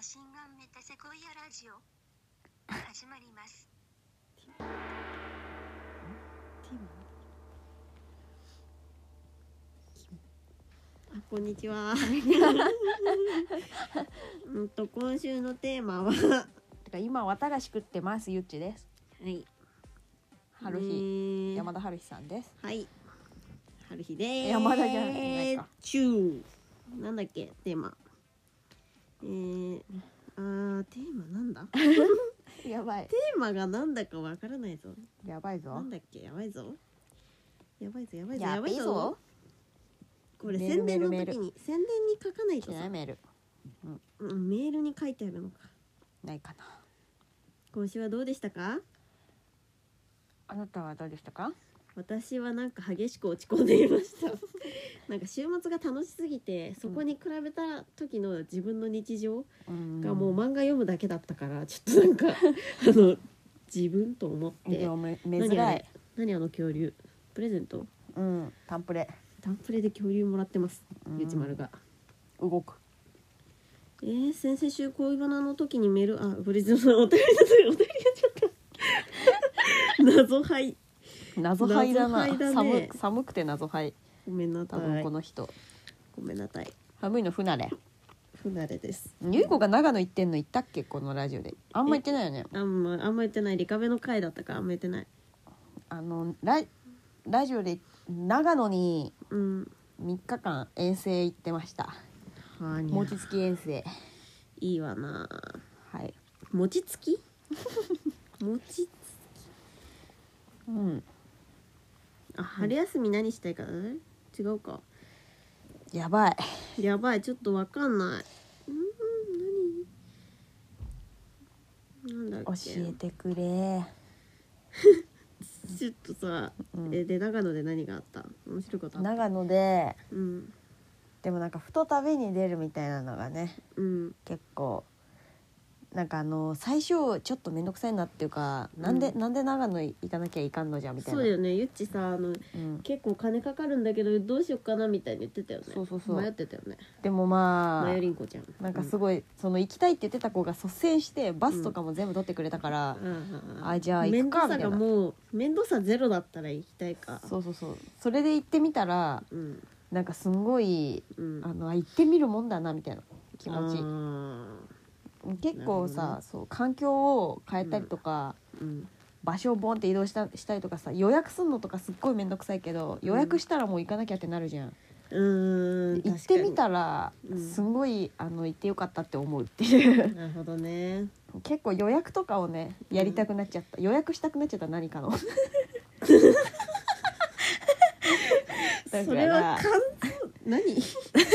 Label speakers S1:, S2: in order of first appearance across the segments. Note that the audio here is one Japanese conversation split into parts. S1: 新顔メタセコイアラジオ始まります
S2: ティモあこんに ちは。うんと今週のテーマはは
S3: てか今綿菓子食ってますゆっちです
S2: い
S3: 春日、
S2: えー
S3: 山田春日さんです
S2: はい春日です。
S3: 山田じゃないか
S2: チューなんだっけテーマ。えー、あーテーマなんだ。テ
S3: やばい
S2: ーマがなんだかわからないぞ。
S3: やばい
S2: な
S3: ぞ
S2: んだっけやばいぞ。やばいぞやばいぞ
S3: や
S2: や
S3: ば
S2: ば
S3: い
S2: い
S3: ぞ
S2: ぞ。これ
S3: メール
S2: 宣伝の
S3: メール
S2: 時に宣伝に書かない
S3: 来
S2: と
S3: てない
S2: さ、
S3: メール
S2: うん、メールに書いてあるのか。
S3: ないかな
S2: 今週はどうでしたか
S3: あなたはどうでしたか
S2: 私はなんか激しく落ち込んでいました なんか週末が楽しすぎてそこに比べた時の自分の日常
S3: うん
S2: がもう漫画読むだけだったからちょっとなんか あの自分と思っ
S3: い
S2: て
S3: やめめ
S2: 何
S3: ず
S2: あ
S3: らい
S2: れ何あの恐竜プレゼント
S3: うんタンプレ、
S2: タンプレで恐竜もらってます
S3: うん
S2: ゆちまるが。
S3: 動く
S2: えー、先々週恋バナの時にメールあブリズムさんお便りだお便りやっちゃった 謎はい
S3: 謎灰だな
S2: 謎灰だね
S3: 寒寒くて謎灰
S2: ごめんなさ
S3: 多分
S2: い
S3: この人、
S2: ごめんなさい
S3: 寒いの不慣れ
S2: 不慣れです
S3: ゆいこが長野行ってんの言ったっけこのラジオであんま言ってないよね
S2: あんまあんま言ってないリカベの回だったからあんま言ってない
S3: あのララジオで長野に
S2: うん
S3: 3日間遠征行ってました
S2: はに
S3: 餅つき遠征
S2: いいわな
S3: はい
S2: 餅 つき餅つ
S3: うん
S2: あ春休み何したいかな違うか
S3: やばい
S2: やばいちょっとわかんないうん何なん
S3: 教
S2: だっけ
S3: えてくれ
S2: ちょっとさ、
S3: うん
S2: えで長野で何があった面白いことあった
S3: 長野で
S2: うん
S3: でもなんかふと旅に出るみたいなのがね
S2: うん
S3: 結構なんかあの最初ちょっと面倒くさいなっていうかなんで、
S2: うん
S3: なんで長野行かなきゃいかんのじゃみたい
S2: そ
S3: な
S2: うだよねゆっちさあの
S3: うん
S2: 結構金かかるんだけどどうしよっかなみたいに言ってたよね
S3: そうそうそう
S2: 迷ってたよね
S3: でもま
S2: マヨ
S3: あ
S2: リンコちゃん
S3: なんかす
S2: ごい、
S3: ごい、その行きたいって言ってた子が率先してバスとかも全部取ってくれたから、
S2: うん
S3: あじゃあ行くか
S2: 面倒さが
S3: みたい
S2: もう面倒さゼロだったら行きたいか
S3: そうそうそうそれで行ってみたら
S2: うん
S3: なんかすんごい
S2: うん
S3: あのあ行ってみるもんだなみたいな気持ち
S2: あ
S3: 結構
S2: なるほど
S3: さ、
S2: ね
S3: そう環境を変えたりとか、
S2: ーうん
S3: 場所をボンって移動したしたりとかさ予約すんのとかすっごい面倒くさいけど予約したらもう行かなきゃってなるじゃん、
S2: うーん
S3: 行ってみたら、
S2: うん
S3: すんごいあの行ってよかったって思うってい
S2: 確かに
S3: う
S2: なるほどね
S3: 結構予約とかをねやりたくなっちゃった、予約したくなっちゃった何か のだ
S2: そ
S3: か
S2: れ
S3: ら
S2: は完全何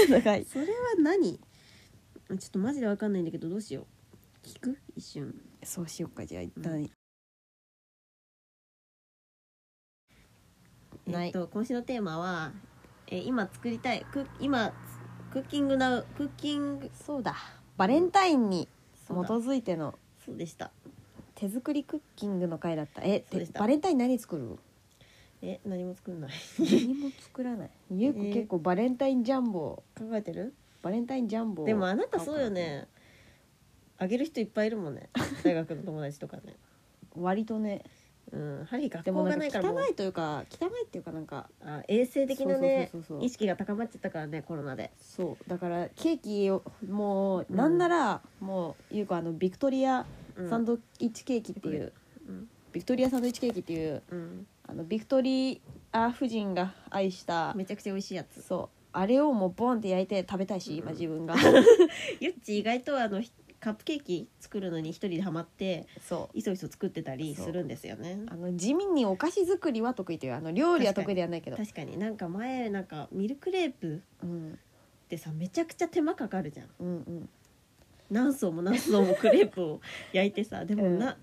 S3: だから
S2: それは何ちょっとマジでわかんないんだけどどうしよう聞く一瞬
S3: そうしようかじゃあ一旦、ない
S2: えっと今週のテーマはえ今作りたいク今クッキングなクッキング
S3: そうだバレンタインに基
S2: そうだ
S3: づいての
S2: そうでした
S3: 手作りクッキングの回だったえ
S2: そうでした
S3: バレンタイン何作るの
S2: え何も作んない
S3: 何も作らないゆうこ
S2: えー
S3: 結構バレンタインジャンボ
S2: 考えてる
S3: バレンタインジャンボ
S2: でもあなたそうよねあげる人いっぱいいるも んね大学の友達とかね
S3: 割とね
S2: うん針学
S3: で
S2: 校
S3: もな
S2: が
S3: ん
S2: ない
S3: か
S2: からもう
S3: 汚いというか汚いっていうかなんか
S2: あ衛生的なね
S3: そうそうそうそう
S2: 意識が高まっちゃったからねコロナで
S3: そうだからケーキをもうなんならもうゆうこあのビクトリア
S2: うん
S3: サンドイッチケーキっていう、
S2: うん
S3: ビクトリアサンドイッチケーキっていう
S2: うん
S3: あのビクトリア夫人が愛した
S2: めちゃくちゃ美味しいやつ
S3: そうあれをもうボンって焼いて食べたいし今自分 が
S2: ゆっち意外とあのひカップケーキ作るのに一人でハマって
S3: そ
S2: いそいそ作ってたりするんですよね
S3: うあの地味にお菓子作りは得意というあの料理は得意ではないけど、
S2: 確かになんか前なんかミルクレープ
S3: うん、
S2: ってさめちゃくちゃ手間かかるじゃん
S3: うんうん
S2: 何層も何層もクレープを焼いてさでも
S3: うん
S2: な、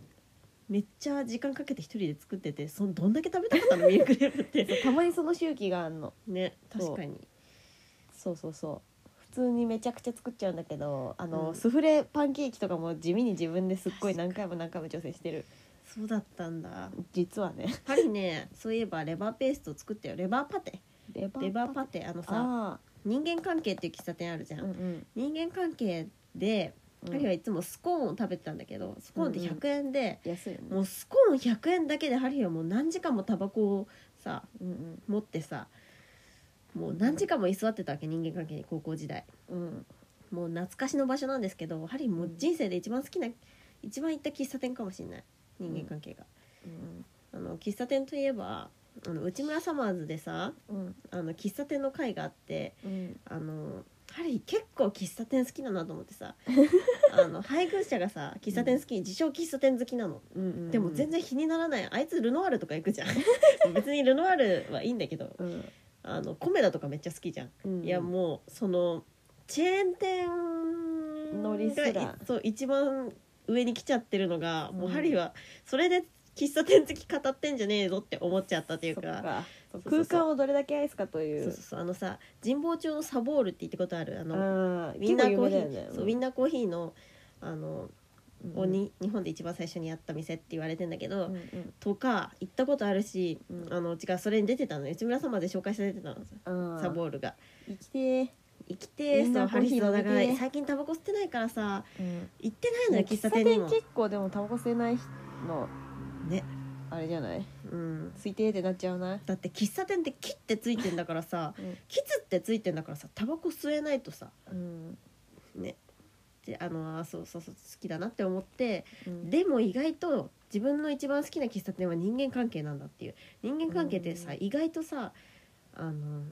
S2: めっちゃ時間かけて一人で作っててそんどんだけ食べたかった のミルクレープって
S3: そうたまにその周期があんの
S2: ね
S3: そう
S2: 確かに
S3: そうそうそう普通にめちゃくちゃ作っちゃうんだけどあの、
S2: うん
S3: スフレパンケーキとかも地味に自分ですっごい何回も何回も挑戦してる
S2: そうだったんだ
S3: 実は ね
S2: パリねそういえばレバーペースト作ってよレバーパテ
S3: レバ
S2: レバー
S3: ン
S2: パテあのさ
S3: あ
S2: 人間関係っていう喫茶店あるじゃ
S3: あ
S2: ん、
S3: うんうん
S2: 人間関係で
S3: うん
S2: ハリはいつもスコーンを食べてたんだけどスコーンって
S3: うんうん
S2: 100円で、
S3: 安いよね
S2: もうスコーン100円だけでハリーはもう何時間もタバコをさ
S3: うん
S2: 持ってさもう何時間も居座ってたわけ人間関係に高校時代
S3: うんうん
S2: もう懐かしの場所なんですけどハリーもう人生で一番好きな一番行った喫茶店かもしれない人間関係が、
S3: うん
S2: あの喫茶店といえばあの内村サマーズでさ
S3: うん
S2: あの喫茶店の会があって
S3: うん
S2: あのハリー結構喫茶店好きだなと思っ てさあの配偶者がさ喫茶店好き自称喫茶店好きなの
S3: うん
S2: でも全然気にならないあいつルノワールとか行くじゃ ん別にルノワールはいいんだけど
S3: うん
S2: あのコメダとかめっちゃ好きじゃん、
S3: うん
S2: いやもうそのチェーン店
S3: ノリすら
S2: がいそう一番上に来ちゃってるのが、もううんハリーはそれで喫茶店好き語ってんじゃねえぞって思っちゃったという
S3: そっ
S2: か
S3: か
S2: そうそうそう
S3: 空間をどれだけ愛すかとい
S2: そう
S3: う
S2: そうそうあのさ神保町のサボールって言ったことあるあの
S3: あ
S2: ウ
S3: ー
S2: ィンナー
S3: 結
S2: コ
S3: 構
S2: ー
S3: 有
S2: ヒ
S3: 名
S2: ー、
S3: だよね
S2: そうウィンナーコーヒーのあ
S3: う
S2: の、
S3: ん
S2: をに日本で一番最初にやった店って言われてんだけ
S3: う
S2: ど、
S3: んうん
S2: とか行ったことあるし、
S3: うん
S2: あのうちがそれに出てたの内村様で紹介されてたの
S3: あー
S2: サボールが
S3: 生きてー
S2: 行きてー
S3: みんな
S2: そうハリーさん
S3: コーヒー飲みてー
S2: だから最近タバコ吸ってないからさ
S3: うん
S2: 行ってないのよ喫茶店にも
S3: 喫茶結構でもタバコ吸えない人の
S2: ね
S3: あれじゃない
S2: うん
S3: 吸いてーってなっちゃうな
S2: だって喫茶店って「キ」ってついてんだから さ
S3: うん
S2: 「キツ」ってついてんだからさタバコ吸えないとさ
S3: うん
S2: ねであのあそうそうそう好きだなって思って
S3: うん
S2: でも意外と自分の一番好きな喫茶店は人間関係なんだっていう人間関係ってさ、
S3: うん
S2: 意外とさあの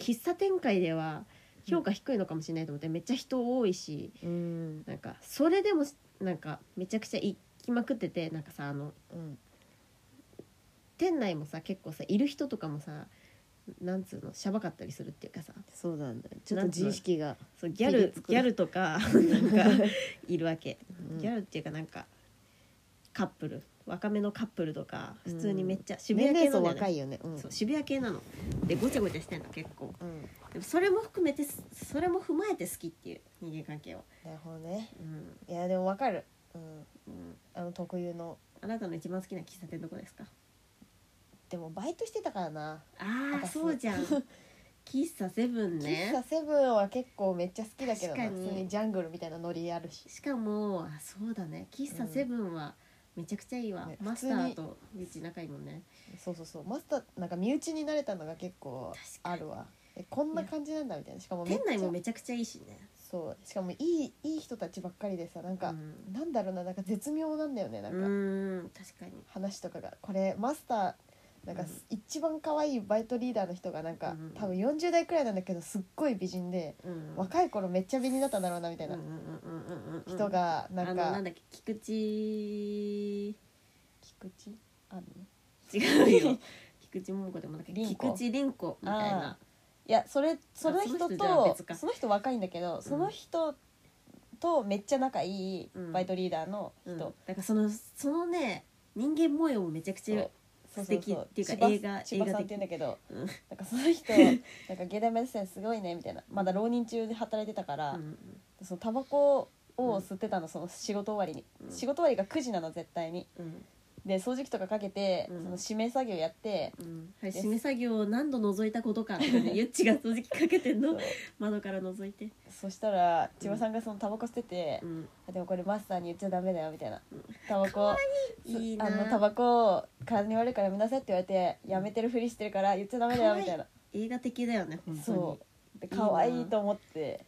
S2: 喫茶店界では評価低いのかもしれないと思って、めっちゃ人多いし
S3: うん
S2: なんかそれでもなんかめちゃくちゃ行きまくっててなんかさあの
S3: うん
S2: 店内もさ結構さいる人とかもさなんつうのしゃばかったりするっていうかさ
S3: そうなんだちょっと自意識が
S2: そうギャル
S3: ピリつく
S2: ギャルと かなんかいるわけ
S3: うん
S2: ギャルっていうかなんかカップル若めのカップルとか
S3: う
S2: 普
S3: ん
S2: 通にめっちゃ渋
S3: 年
S2: 谷系
S3: 齢
S2: な
S3: 層
S2: んだよ
S3: 若
S2: ね
S3: いよねうん
S2: そう渋谷系なのでごちゃごちゃしてんの結構
S3: うん
S2: でもそれも含めてそれも踏まえて好きっていう人間関係を、
S3: なるほどね
S2: うん
S3: いやでもわかるうんあの特有の
S2: あなたの一番好きな喫茶店どこですか
S3: でもバイトしてたからな
S2: ああ
S3: 私
S2: そうじゃん 喫茶セブン
S3: 喫
S2: ね
S3: 茶セブンは結構めっちゃ好きだけどな
S2: 確かに
S3: 普通にジャングルみたいなノリあるし
S2: しかもあそうだね喫茶セブンはめちゃくちゃいいわ、
S3: ね
S2: マス
S3: 普
S2: タ
S3: 通
S2: ー
S3: に
S2: とうち仲いいもんね
S3: そうそうそうマスターなんか身内になれたのが結構
S2: 確かに
S3: あるわえこんな感じなんだみたいなしかもめっ
S2: 店
S3: ちゃ
S2: 内もめちゃくちゃいいしね
S3: そうしかもいいいい人たちばっかりでさなんか、
S2: うん
S3: なんだろうななんか絶妙なんだよねな
S2: うん
S3: か、
S2: ーん確かに
S3: 話とかがこれマスターなんか、
S2: うん
S3: 一番可愛いバイトリーダーの人がなんか、
S2: うん
S3: 多分40代くらいなんだけどすっごい美人で、
S2: うん
S3: 若い頃めっちゃ美人だったんだろうなみたいな人が
S2: な
S3: なんん
S2: か
S3: か、
S2: あのなんだっけ菊池
S3: 菊池あるの
S2: 違うよ 菊池桃子でもなんか
S3: 凛
S2: 菊
S3: 子
S2: 池凛子みたいない
S3: やそれその
S2: そ
S3: 人
S2: の人
S3: と
S2: じゃ別か
S3: その人若いんだけど、その人とめっちゃ仲いい
S2: うん
S3: バイトリーダーの人、
S2: うんだからそのそのね人間模様もめちゃくちゃ
S3: そう
S2: 素敵
S3: そうそう
S2: っていうか
S3: 千葉
S2: 映画
S3: 千葉
S2: 映画
S3: さん
S2: 的
S3: って言うんだけど、
S2: う
S3: なん
S2: ん
S3: かその 人なんか芸大目指してすごいねみたいなまだ浪人中で働いてたから、
S2: うん
S3: そのタバコを吸ってたのその仕事終わりに、
S2: うん
S3: 仕事終わりが9時なの絶対に
S2: うん
S3: で掃除機とかかけて、
S2: うん
S3: その指名作業やって、
S2: うんはい締め作業を何度覗いたことかってね ゆっちが掃除機かけてん
S3: そう
S2: の窓から覗いて
S3: そしたら千葉さんがそのタバコ吸ってて
S2: う、ん
S3: でもこれマスターに言っちゃダメだよみたいな
S2: うん
S3: タバコ
S2: いいいいな
S3: あのタバコを体に悪いからやめなさいって言われてやめてるふりしてるから言っちゃダメだよみたいな
S2: 映画的だよね本当に
S3: そうで
S2: いいな
S3: 可愛いと思って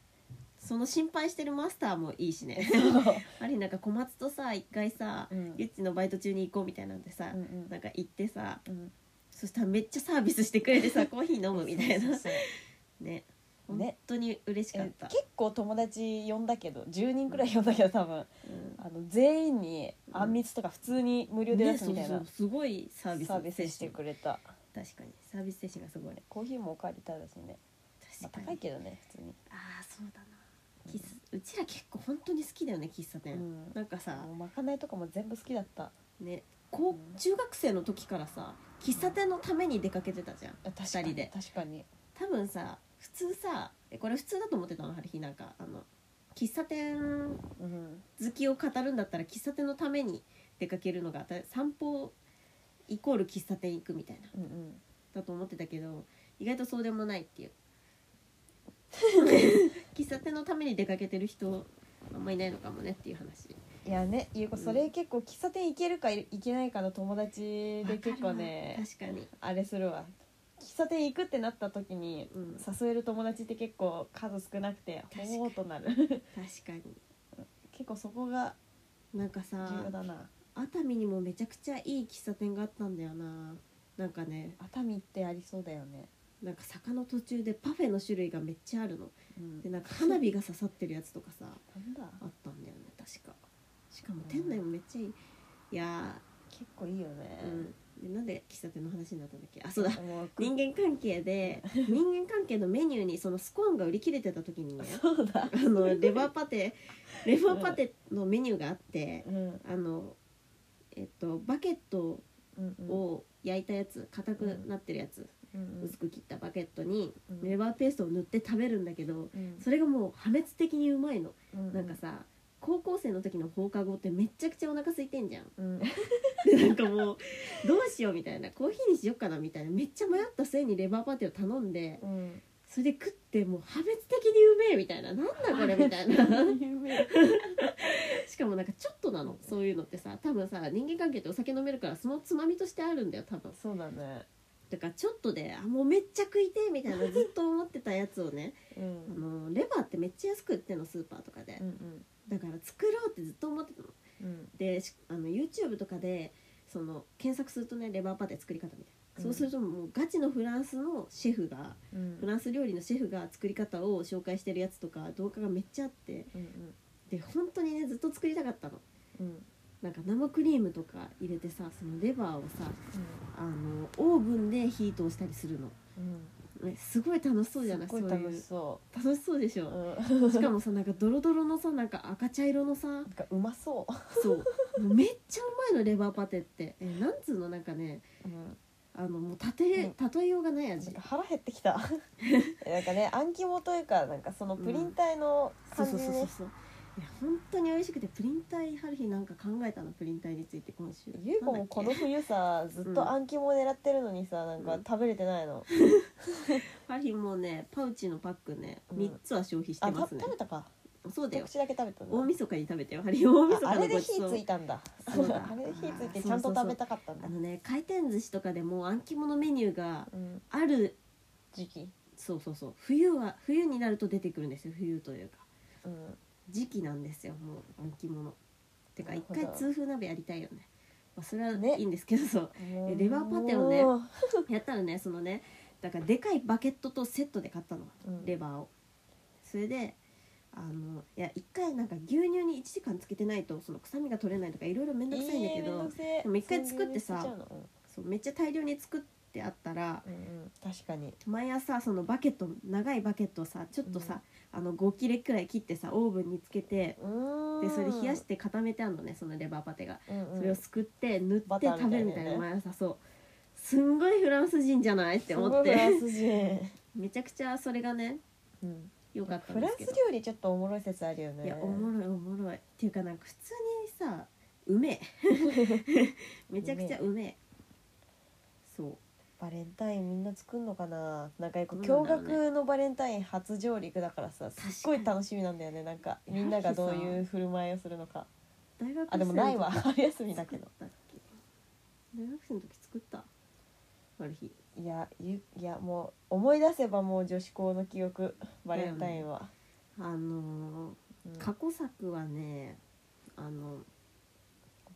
S2: その心配してるマスターもいいしね あれなんか小松とさ一回さ、
S3: うん
S2: ゆっちのバイト中に行こうみたいなんでさ、
S3: うんうん
S2: なんか行ってさ
S3: うん
S2: そしたらめっちゃサービスしてくれ てさコーヒー飲むみたい
S3: そう
S2: な
S3: そうそう
S2: ね本
S3: ね
S2: 当に嬉しかっ
S3: え
S2: た、
S3: 結構友達呼んだけど10人くらい呼んだけど多分
S2: うん
S3: あの全員に
S2: うん
S3: あんみつとか普通に無料で出
S2: ね
S3: す
S2: そう
S3: みたい
S2: そ
S3: な
S2: うすごいサ
S3: サ
S2: ービス
S3: ービスしてくれた
S2: 確かにサービス精神がすごい
S3: コーヒーもおかわりただしね、まあ、
S2: 確かに、
S3: 高いけどね普通に
S2: ああそうだな喫茶うちら結構本当に好きだよね喫茶店、
S3: うん
S2: なんかさ
S3: もうまかないとかも全部好きだった
S2: ね高
S3: うん
S2: 中学生の時からさ喫茶店のために出かけてたじゃん
S3: あ確か
S2: 二人
S3: に
S2: で
S3: 確かに
S2: 多分さ普通さえこれ普通だと思ってたの春日なんかあの喫茶店
S3: うん
S2: 好きを語るんだったら喫茶店のために出かけるのがた散歩イコール喫茶店行くみたいな
S3: うんうん
S2: だと思ってたけど意外とそう でもないっていう喫茶店のために出かけてる人あんまいないのかもねっていう話
S3: いやねゆうこ
S2: うん
S3: それ結構喫茶店行けるかいけないかの友達で結構ね
S2: 確かに
S3: あれするわ喫茶店行くってなった時に
S2: うん
S3: 誘える友達って結構数少なくて
S2: 確かに
S3: ほーっとなる
S2: 確かに
S3: 結構そこが
S2: なんか
S3: 重
S2: さ
S3: 要だな
S2: 熱海にもめちゃくちゃいい喫茶店があったんだよななんかね
S3: 熱海ってありそうだよね、
S2: なんか坂の途中でパフェの種類がめっちゃあるの
S3: うん
S2: でなんか花火が刺さってるやつとかさ
S3: なんだ
S2: あったんだよね確かしかも店内もめっちゃいいいや
S3: 結構いいよね
S2: ー、うん、でなんで喫茶店の話になったんだっけあ そうだ
S3: もう
S2: 人間関係で人間関係のメニューにそのスコーンが売り切れてた時にね
S3: そうだ
S2: あのレバーパテレバーパテのメニューがあって
S3: うんうん
S2: あのえっとバケット
S3: うん
S2: を焼いたやつ硬くなってるやつ
S3: うんうん
S2: 薄く切ったバケットに
S3: うん
S2: レバーペーストを塗って食べるんだけど
S3: うん
S2: それがもう破滅的にうまいの
S3: うん
S2: なんかさ高校生の時の放課後ってめちゃくちゃお腹空いてんじゃ ん
S3: うん
S2: でなんかもうどうしようみたいなコーヒーにしよっかなみたいなめっちゃ迷った末にレバーパテを頼んで
S3: うん
S2: それで食ってもう破滅的にうめえみたいななんだこれみた いな
S3: 夢
S2: しかもなんかちょっとなのそういうのってさ多分さ人間関係ってお酒飲めるからそのつまみとしてあるんだよ多分
S3: そうだね
S2: だからちょっとであもうめっちゃ食いてえみたいなずっと思ってたやつをね
S3: う
S2: あ
S3: ん
S2: のレバーってめっちゃ安く売ってんのスーパーとかで
S3: うんうん
S2: だから作ろうってずっと思ってたの
S3: うん
S2: でしあの YouTube とかでその検索するとねレバーパテ作り方みたいな、そうするともうガチのフランスのシェフが
S3: うん
S2: フランス料理のシェフが作り方を紹介してるやつとか動画がめっちゃあって
S3: うんうん
S2: で本当にねずっと作りたかったの
S3: うんうん
S2: なんか生クリームとか入れてさそのレバーをさあのオーブンでヒートをしたりするの、
S3: うん
S2: ね、すごい楽しそうじゃない
S3: すっごい楽し
S2: そ
S3: そう
S2: いう楽しそうでし
S3: う
S2: ょ、
S3: うん
S2: しかもさなんかドロドロのさなんか赤茶色のさ
S3: なんかうまそ
S2: そうもうめっちゃうまいのレバーパテってえなんつうのなんかね
S3: う、うん、
S2: あのもうたて例えようがない
S3: な
S2: 味
S3: んか腹減ってきたなんかねあん肝というかなんかそのプリン体の
S2: そう
S3: 感じ
S2: そうそうそう
S3: ね
S2: そういや本当に美味しくてプリン体春日なんか考えたのプリン体について今週
S3: ゆうこもこの冬さずっとあん肝狙ってるのにさなんか
S2: うん
S3: 食べれてないの、
S2: 春日もうねパウチのパックね
S3: うん
S2: 3つは消費して
S3: あ
S2: ま
S3: た
S2: すね
S3: 食べ、たか
S2: そうだ
S3: 一
S2: よ
S3: 口だけ食べたんだ
S2: 大晦日に食べてよ春日大晦
S3: ああ
S2: 日の
S3: れで
S2: ごち
S3: 火
S2: そう
S3: ついたんだ
S2: そうだ
S3: あれで火ついてちゃんと食べたかったんだ
S2: あのね回転寿司とかでもあん肝のメニューが
S3: うん
S2: ある
S3: 時期
S2: そうそうそう冬は冬になると出てくるんですよ冬というか
S3: うん
S2: 時期なんですよもうあん肝てか
S3: なる
S2: 一
S3: ほど
S2: 回痛風鍋やりたいよね、まあ、それは
S3: ね
S2: いいんですけど、そう
S3: もう
S2: レバーパテをね
S3: うん
S2: やったらねそのねだからでかいバケットとセットで買ったの、レバーをそれであのいや一回なんか牛乳に1時間つけてないとその臭みが取れないとかいろいろめんどくさいんだけ
S3: えーめ
S2: ど、
S3: どくせえ
S2: でも一回作ってさ
S3: そんなにめんどくさいの
S2: そうめっちゃ大量に作ってあったら
S3: うんうんうん確かに
S2: 毎朝そのバケット長いバケットをさちょっとさ、あの5切れくらい切ってさオーブンにつけて
S3: で
S2: でそれ冷やし、て固めてあるのねそのレバーパテが、
S3: うんうん
S2: それをすくって塗っ
S3: バ
S2: て
S3: ター
S2: 食べるみ
S3: み
S2: た
S3: た
S2: い
S3: い
S2: な
S3: なね
S2: 毎朝そうすんごいフランス人じゃないって思っ
S3: すごいフラ
S2: て
S3: ンス人、
S2: めちゃくちゃそれがね
S3: うん、
S2: 良かったん
S3: フ
S2: で
S3: ラン
S2: す
S3: ス
S2: けど
S3: 料理ちょっとおもろい説あるよね
S2: いやおもろいおもろいっていうかなんか普通にさ うめえめちゃくちゃうめえそう
S3: バレンタインみんな作んのかななんかこう
S2: どう
S3: 驚
S2: なんだろうね
S3: 愕のバレンタイン初上陸だからさ
S2: 確かに
S3: すっごい楽しみなんだよねなんかみんながどういう振る舞いをするのか
S2: 大学生
S3: あで
S2: の時
S3: もない わ春休み
S2: 作
S3: だ
S2: っ
S3: けど
S2: たっけ大学生の時作ったある日
S3: いやゆいやもう思い出せばもう女子校の記憶バレンタインは、
S2: あの
S3: うん
S2: ー、過去作はねあの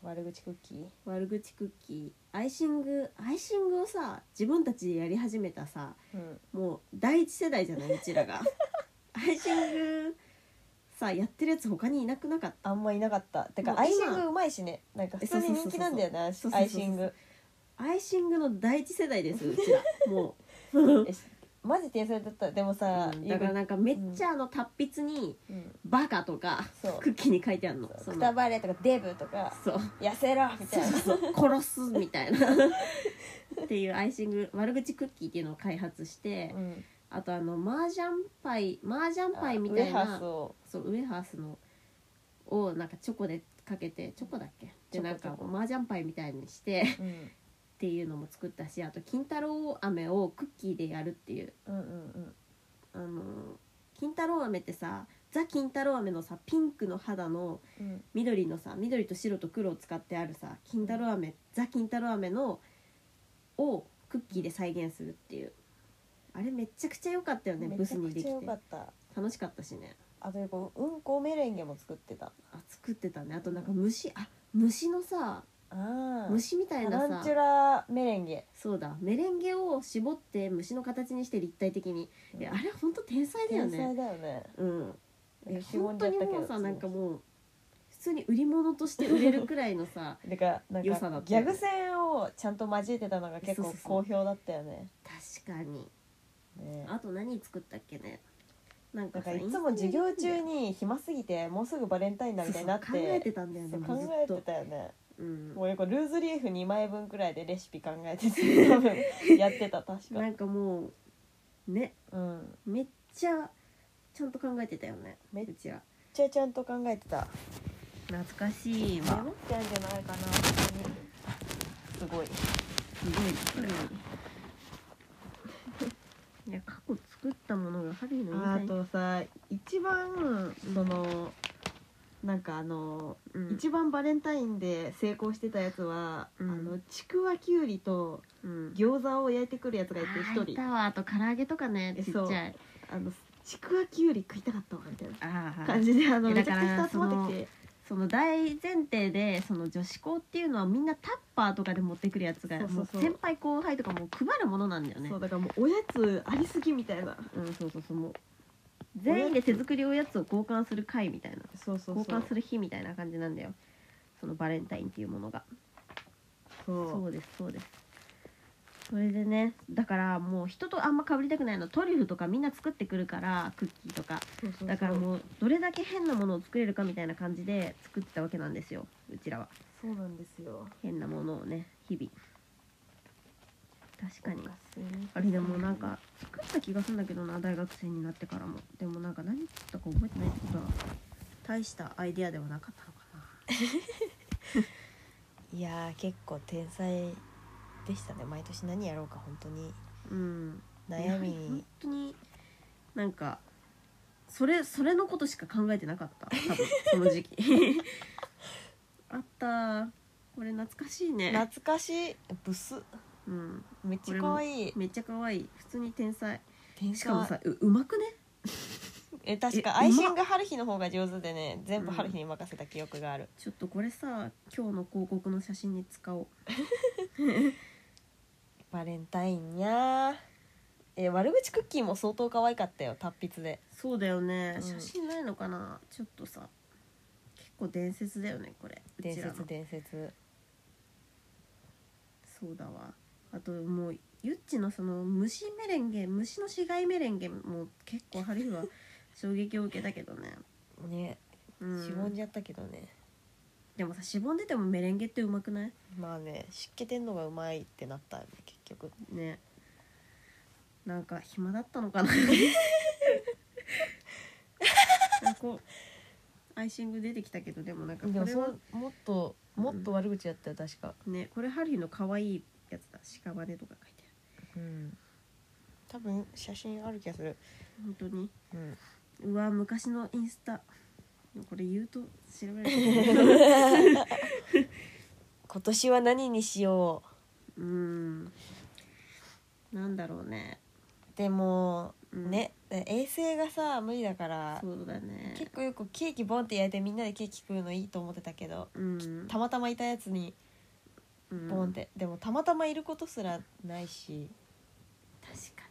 S3: 悪口クッキー
S2: 悪口クッキーアイシングアイシングをさ自分たちでやり始めたさ
S3: うん
S2: もう第一世代じゃないうち らがアイシングさやってるやつ他にいなくなかった
S3: あんまいなかったて
S2: も
S3: かア
S2: う今
S3: イシングうまいしねなんか普通に人気なんだよね
S2: そうそうそうそう
S3: アイシング
S2: アイシングの第一世代ですうちら もう、
S3: えしマジ天才だったでもさ、
S2: うんだからなんかめっちゃあの達筆に
S3: うん
S2: 「バカ」とか
S3: そう
S2: クッキーに書いてあるの
S3: そう
S2: そ
S3: くた
S2: の
S3: ばれとかデブとか
S2: そう
S3: 痩せろみたいな
S2: そう殺すみたいなっていうアイシング悪口クッキーっていうのを開発して
S3: うん
S2: あとあのマージャンパイマージャンパイみたい
S3: ウエハース
S2: な
S3: を
S2: そうウエハースのをなんかチョコでかけてチョコだっけ
S3: チ
S2: で
S3: ョコ
S2: なん
S3: チ
S2: か
S3: ョコ
S2: マージャンパイみたいにして っ
S3: うん
S2: ていうのも作ったしあと金太郎飴をクッキーでやるっていう
S3: うんうん
S2: あの金太郎飴ってさザ・金太郎飴のさピンクの肌の
S3: うん
S2: 緑のさ緑と白と黒を使ってあるさ金太郎飴ザ・金太郎飴のをクッキーで再現するっていうあれめちゃくちゃ良かったよね
S3: め
S2: ブ
S3: ち
S2: ス
S3: ゃ
S2: に
S3: く
S2: でき
S3: ち
S2: て
S3: ゃ良かった
S2: 楽しかったしね
S3: あとよくうんこメレンゲも作ってた
S2: あ作ってたねあとなんか虫あ虫のさ
S3: ああ
S2: 虫みたい
S3: タ
S2: な
S3: ラン
S2: さ
S3: チュラメレンゲ
S2: そうだメレンゲを絞って虫の形にして立体的に、いやあれほんと天才だよ
S3: 天
S2: ね
S3: 才だよね
S2: うんいや
S3: しぼ
S2: 本
S3: ん
S2: 当
S3: じゃっ
S2: に
S3: たけど
S2: もうさなんかもう普通に売り物として売れるくらいのさ
S3: だからなん
S2: 良さだ
S3: か
S2: った
S3: ギ
S2: よ
S3: ャ
S2: ね
S3: グ戦をちゃんと交えてたのが結
S2: そう
S3: 構
S2: そうそう
S3: 好評だったよね
S2: 確かに
S3: ね
S2: あと何作ったっけねなん
S3: だか
S2: かさ
S3: らい
S2: イン
S3: つ
S2: スタ
S3: も
S2: に
S3: 授業中
S2: 上げ
S3: に暇すぎてもうすぐバレンタインだみた
S2: て
S3: い
S2: ん
S3: に
S2: だ
S3: な
S2: よ
S3: って
S2: そうそう考えてたんだよ
S3: そ
S2: ね
S3: う
S2: もうず
S3: 考
S2: っ
S3: えて
S2: と、
S3: たよね
S2: うん、
S3: もうよくルーズリーフ2枚分くらいでレシピ考えて て多分やってた確か
S2: なんかもうね
S3: うん
S2: めっちゃちゃんと考えてたよね
S3: めっ
S2: うちら
S3: ちゃちゃんと考えてた
S2: 懐かしい
S3: メモってあるんじゃないかな本当にすごい
S2: すごいすごい いや過去作ったものがハリーの
S3: あ
S2: 引退
S3: とさ一番そのなんかあの、
S2: うん
S3: 一番バレンタインで成功してたやつは、
S2: うん
S3: あのちくわきゅうりと
S2: うん
S3: 餃子を焼いてくるやつがいて
S2: あ
S3: 一
S2: ーい
S3: 人
S2: たわあと唐揚げとかね
S3: え
S2: ちっち
S3: そう
S2: ゃい
S3: あのちくわきゅうり食いたかったわみたいな
S2: あーはい
S3: 感じであの
S2: え
S3: めちゃくち
S2: だか
S3: ゃ
S2: ら
S3: 人集まってきて
S2: その大前提でその女子校っていうのはみんなタッパーとかで持ってくるやつが
S3: そうそう
S2: もう
S3: そう
S2: 先輩後輩とかもう配るものなんだよね
S3: そうだからもうおやつありすぎみたいな
S2: うんそうそうそうもう全員で手作りおやつを交換する会みたいな
S3: そうそうそう
S2: 交換する日みたいな感じなんだよそのバレンタインっていうものが
S3: そう
S2: そうですそうですそれでねだからもう人とあんま被りたくないのトリュフとかみんな作ってくるからクッキーとか
S3: そうそうそう
S2: だからもうどれだけ変なものを作れるかみたいな感じで作ってたわけなんですようちらは
S3: そうなんですよ
S2: 変なものをね日々確かに
S3: お菓子
S2: あれでもなんか作った気がするんだけどな大学生になってからもでもなんか何作ったか覚えてないってことは大したアイデアではなかったのかない
S3: やー結構天才でしたね毎年何やろうか本当に
S2: うん
S3: 悩み
S2: いや
S3: に
S2: 本当になんかそれそれのことしか考えてなかった多分この時 期あったこれ懐かしいね、
S3: 懐かしいブス
S2: うん、
S3: めっちゃ可愛い
S2: めっちゃ可愛い普通に天才
S3: 天
S2: しかも
S3: 才
S2: さううまくね
S3: え確
S2: え
S3: かアイシング春日の方が上手でね全部
S2: うん
S3: 春日に任せた記憶がある、
S2: ちょっとこれさ今日の広告の写真に使おう
S3: バレンタインやーえ悪口クッキーも相当可愛かったよ達筆で
S2: そうだよね、
S3: うん
S2: 写真ないのかなちょっとさ結構伝説だよねこれう
S3: 伝
S2: ちらの
S3: 説伝説
S2: そうだわあともうゆっちのその虫メレンゲ虫の死骸メレンゲも結構ハ リフは衝撃を受けたけどね、
S3: ね
S2: う
S3: しぼん
S2: ん、
S3: じゃったけどね、
S2: でもさしぼんでてもメレンゲってうまくない
S3: まあね湿気てんのがうまいってなったよね結局
S2: ねなんか暇だったの かななんかこうアイシング出てきたけどでもなんか
S3: で
S2: こ
S3: も
S2: れ
S3: そ
S2: は
S3: うもっともっと悪口やったよ確か
S2: ねこれハリーの可愛いやつだ屍とか書いて
S3: うん多分写真ある気がする、
S2: ある本当に
S3: うん、
S2: うわ昔のインスタこれ言うと調べられる
S3: 今年は何にしよ
S2: うーんなんだろうね、
S3: うでも、
S2: うん
S3: ね衛星がさ無理だから
S2: そうだね
S3: 結構よくケーキボンって焼いてみんなでケーキ食うのいいと思ってたけど
S2: うん
S3: たまたまいたやつに
S2: うん
S3: ボンって、でもたまたまいることすらないし、
S2: 確か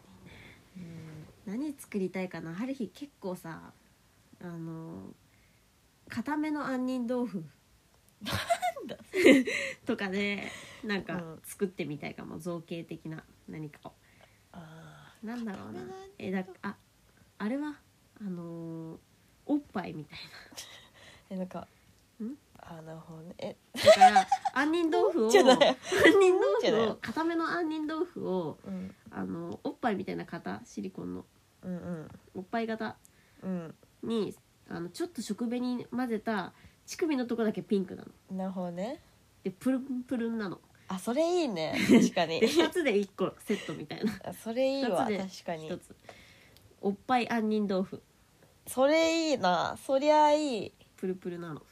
S2: にね
S3: うん、
S2: 何作りたいかなある日結構さあの固めの杏仁豆腐
S3: だ
S2: とかでなん
S3: う
S2: か
S3: ん
S2: 作ってみたいかも造形的な何かを
S3: あ
S2: なんだろうな
S3: 固めの杏仁豆腐
S2: えだああれはあのーおっぱいみたい
S3: ーえなんか
S2: ん
S3: あーなるほどねえ
S2: なだから杏仁豆腐 を
S3: じゃ
S2: 杏
S3: な
S2: 仁
S3: いじゃ
S2: 豆
S3: な
S2: 腐を
S3: い
S2: 固めの杏仁豆腐を
S3: うん
S2: あのおっぱいみたいな型シリコンの
S3: うんうん
S2: おっぱい型
S3: うん
S2: にあのちょっと食紅に混ぜた乳首のとこだけピンクなの
S3: なるほどね
S2: でプルンプルンなの
S3: あそれいい ね確かに
S2: で2つで1個セットみたいな
S3: あそれいいわ
S2: 二
S3: 確
S2: つで
S3: かに
S2: 1つおっぱい杏仁豆腐
S3: それいいなそりゃいい
S2: プルプルなの